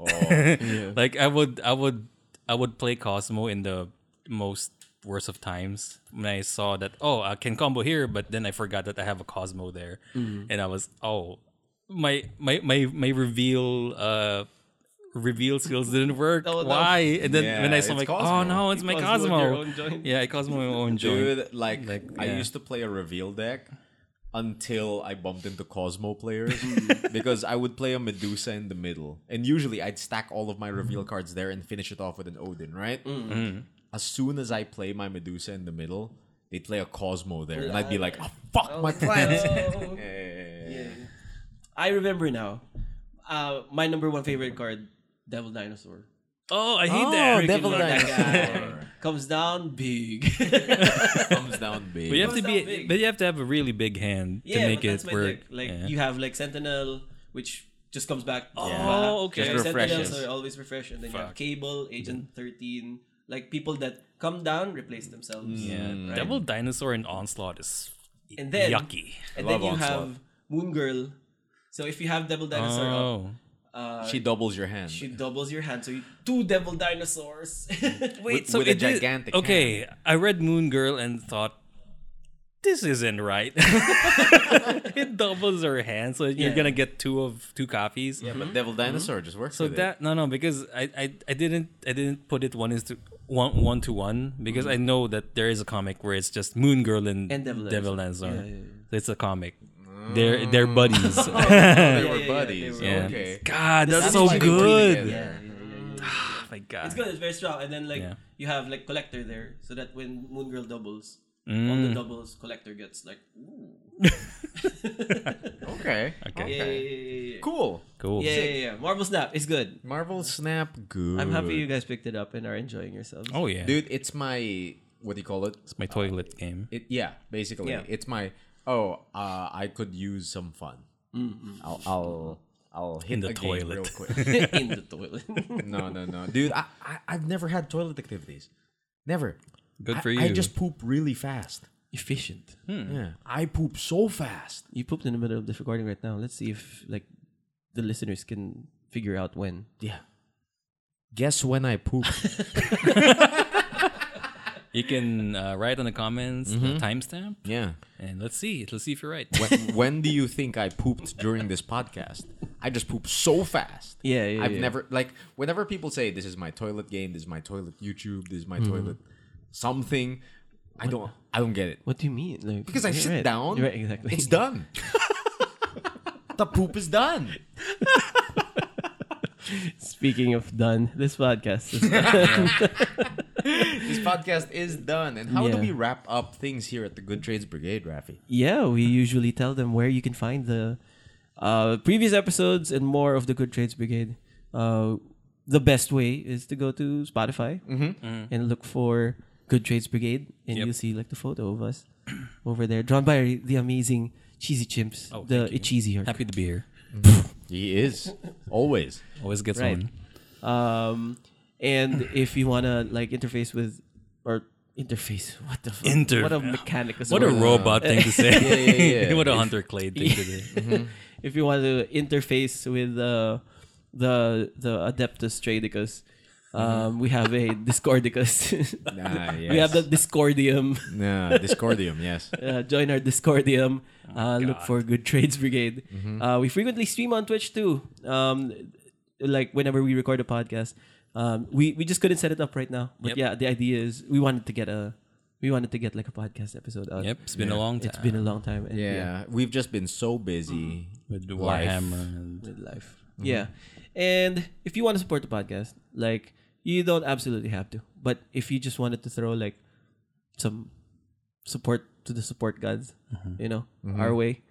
like I would, I would, I would play Cosmo in the most worst of times when I saw that oh I can combo here, but then I forgot that I have a Cosmo there, and I was oh my my my my reveal. Uh, Reveal skills didn't work.
Oh, no.
Why? And then
Yeah,
when I
it's
saw like,
Cosmo.
oh no, it's my
Cosmo
Cosmo.
your own joint.
Yeah, I Cosmo my own joint.
Dude, like, I
yeah.
used to play a reveal deck until I bumped into Cosmo players because I would play a Medusa in the middle. And usually I'd stack all of my
Mm.
reveal cards there and finish it off with an Odin, right? As soon as I play my Medusa in the middle, they'd play a Cosmo there. And I'd be like, oh, fuck my plans.
Oh.
Yeah, yeah, yeah, yeah.
I remember now. Uh, my number one favorite card, Devil Dinosaur.
Oh, I hate
Oh,
that.
Devil
love that
Dinosaur.
Comes down big.
Thumbs down, baby.
But you have to
It's
be,
not big.
but you have to have a really big hand to
yeah,
make
but that's
it
my
work.
deck. Like
yeah.
you have like Sentinel, which just comes back.
Oh, okay.
Like,
Just refreshes.
Sentinels are always refresh, and then you have
Fuck.
Cable, Agent Thirteen, like people that come down replace themselves.
Mm. yeah. Double dinosaur and onslaught is
And then
yucky.
and
Love
then you
Onslaught.
have Moon Girl. So if you have Devil Dinosaur up,
Oh,
she doubles your hand.
she doubles your hand. So you two Devil Dinosaurs.
With- so with a it is- gigantic
Okay, I read Moon Girl and thought this isn't right. it doubles her hand, so you're
Yeah.
gonna get two of two copies.
yeah, but Devil Dinosaur just works
So
with it.
that no no because I, I I didn't I didn't put it one is to one one to one because I know that there is a comic where it's just Moon Girl and,
And Devil
Devil Dinosaur.
Yeah, yeah,
It's a comic. They're they're buddies.
they
yeah,
were
yeah,
buddies.
they were
Yeah.
Okay.
God, that's
That's
so
why they breed
good.
together.
Oh my God.
It's good. It's very strong. And then like
Yeah.
you have like collector there, so that when Moon Girl doubles, all
Mm.
the doubles collector gets like. Ooh.
Okay.
Okay.
Yeah, yeah, yeah, yeah, yeah.
Cool.
Cool.
Yeah, yeah, yeah. Marvel Snap is good.
Marvel Snap good.
I'm happy you guys picked it up and are enjoying yourselves.
Oh yeah.
Dude, it's my what do you call it?
it's my toilet game.
It yeah, basically.
Yeah.
It's my oh, uh, I could use some fun. I'll I'll I'll hit a
the
game
toilet.
real quick.
in the toilet.
No, no, no. Dude, I, I I've never had toilet activities. Never.
Good
I-
for you. Hmm.
I just poop really fast.
Efficient.
Yeah. I poop so fast.
You pooped in the middle of this recording right now. Let's see if like the listeners can figure out when.
Yeah. Guess when I poop.
you can uh, write in the comments the timestamp,
yeah.
and let's see. Let's see if you're right.
when, when do you think I pooped during this podcast? I just poop so fast.
Yeah, yeah,
I've
yeah.
never like whenever people say this is my toilet game, this is my toilet YouTube, this is my
Mm-hmm.
toilet something. I don't I don't get it
What do you mean? Like,
because I
you're
sit
right.
down.
You're right, exactly.
It's done. the poop is done.
Speaking of done, this podcast is
This podcast is done. And how do
Yeah.
we wrap up things here at the Good Trades Brigade, Rafi?
Yeah, we usually tell them where you can find the uh, previous episodes and more of the Good Trades Brigade. Uh, the best way is to go to Spotify and look for Good Trades Brigade, and
Mm-hmm. Yep.
you'll see like the photo of us over there, drawn by the amazing Cheesy Chimps,
Oh,
the
thank you.
Ichizi York.
Happy to be here.
He is always.
Always gets
Right.
one.
Um, and if you wanna like interface with or interface, what the fuck?
Inter-
what a mechanic is
What a
word.
robot thing to say.
yeah, yeah.
what a Hunter Clay thing to do.
if you want to interface with uh, the the Adeptus Tradicus,
Mm-hmm.
um, we have a Discordicus.
Ah, yes.
We have the Discordium.
Nah, Discordium, yes.
Uh, join our Discordium.
Oh,
Uh, look
God. Mm-hmm.
for Good Trades Brigade. Uh, we frequently stream on Twitch too. Um, like whenever we record a podcast, um, we we just couldn't set it up right now. But
Yep.
yeah, the idea is we wanted to get a we wanted to get like a podcast episode out.
Yep, it's been a long time.
It's been a long time. and
Yeah, we've just been so busy
Mm-hmm.
with the
Life.
Warhammer and
with life. Yeah. And if you want to support the podcast, like you don't absolutely have to. But if you just wanted to throw like some support to the support gods, you know, our way,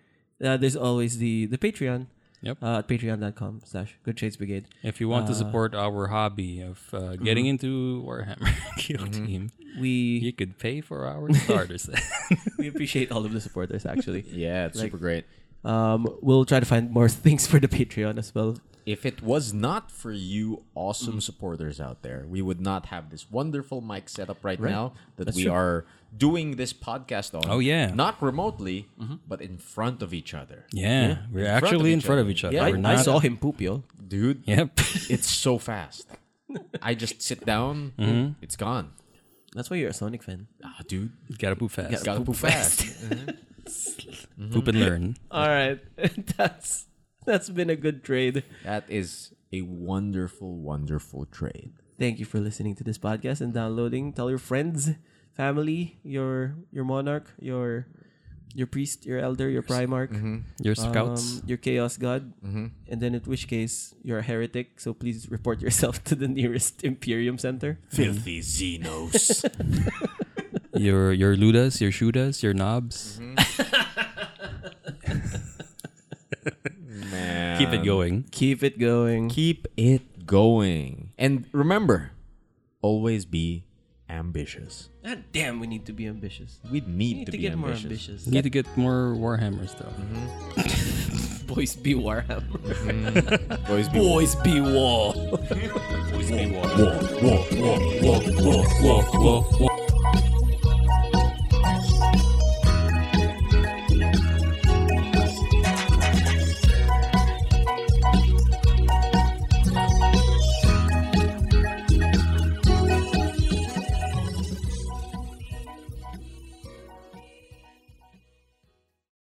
uh, there's always the the Patreon.
Yep.
Uh, at patreon.com slash good shades brigade.
If you want
Uh,
to support our hobby of uh,
mm-hmm.
getting into Warhammer Kill Team, you
We
could pay for our starters.
we appreciate all of the supporters actually.
Yeah, it's
Like-
super great.
Um, we'll try to find more things for the Patreon as well.
If it was not for you, awesome supporters out there, we would not have this wonderful mic setup right, now that we are doing this podcast on.
Oh, yeah.
not remotely, but in front of each other,
Yeah, we're
front of
actually in
each
front
other.
of each other.
Yeah,
we're
I,
not,
saw him poop, yo.
dude.
Yep.
It's so fast. I just sit down, it's gone,
That's why you're a Sonic fan.
ah, dude.
Gotta poop fast.
Gotta poop fast.
poop and learn.
All right, that's that's been a good trade.
that is a wonderful, wonderful trade.
Thank you for listening to this podcast and downloading. Tell your friends, family, your your monarch, your your priest, Mm-hmm. your elder, your primarch,
Your scouts.
um, your chaos god, and then in which case you're a heretic. So please report yourself to the nearest Imperium Center.
Filthy Xenos.
your your ludas, your shootas, your knobs.
Mm-hmm. Man.
Keep it going.
Keep it going.
Keep it going. And remember, always be ambitious.
God damn, we need to be ambitious.
We need,
We need
to,
to
be
get
ambitious.
more ambitious.
Need to get more Warhammer stuff.
Boys be Warhammer.
Always be
Boys be war.
Boys be
War, war, war, war, war, war, war, war.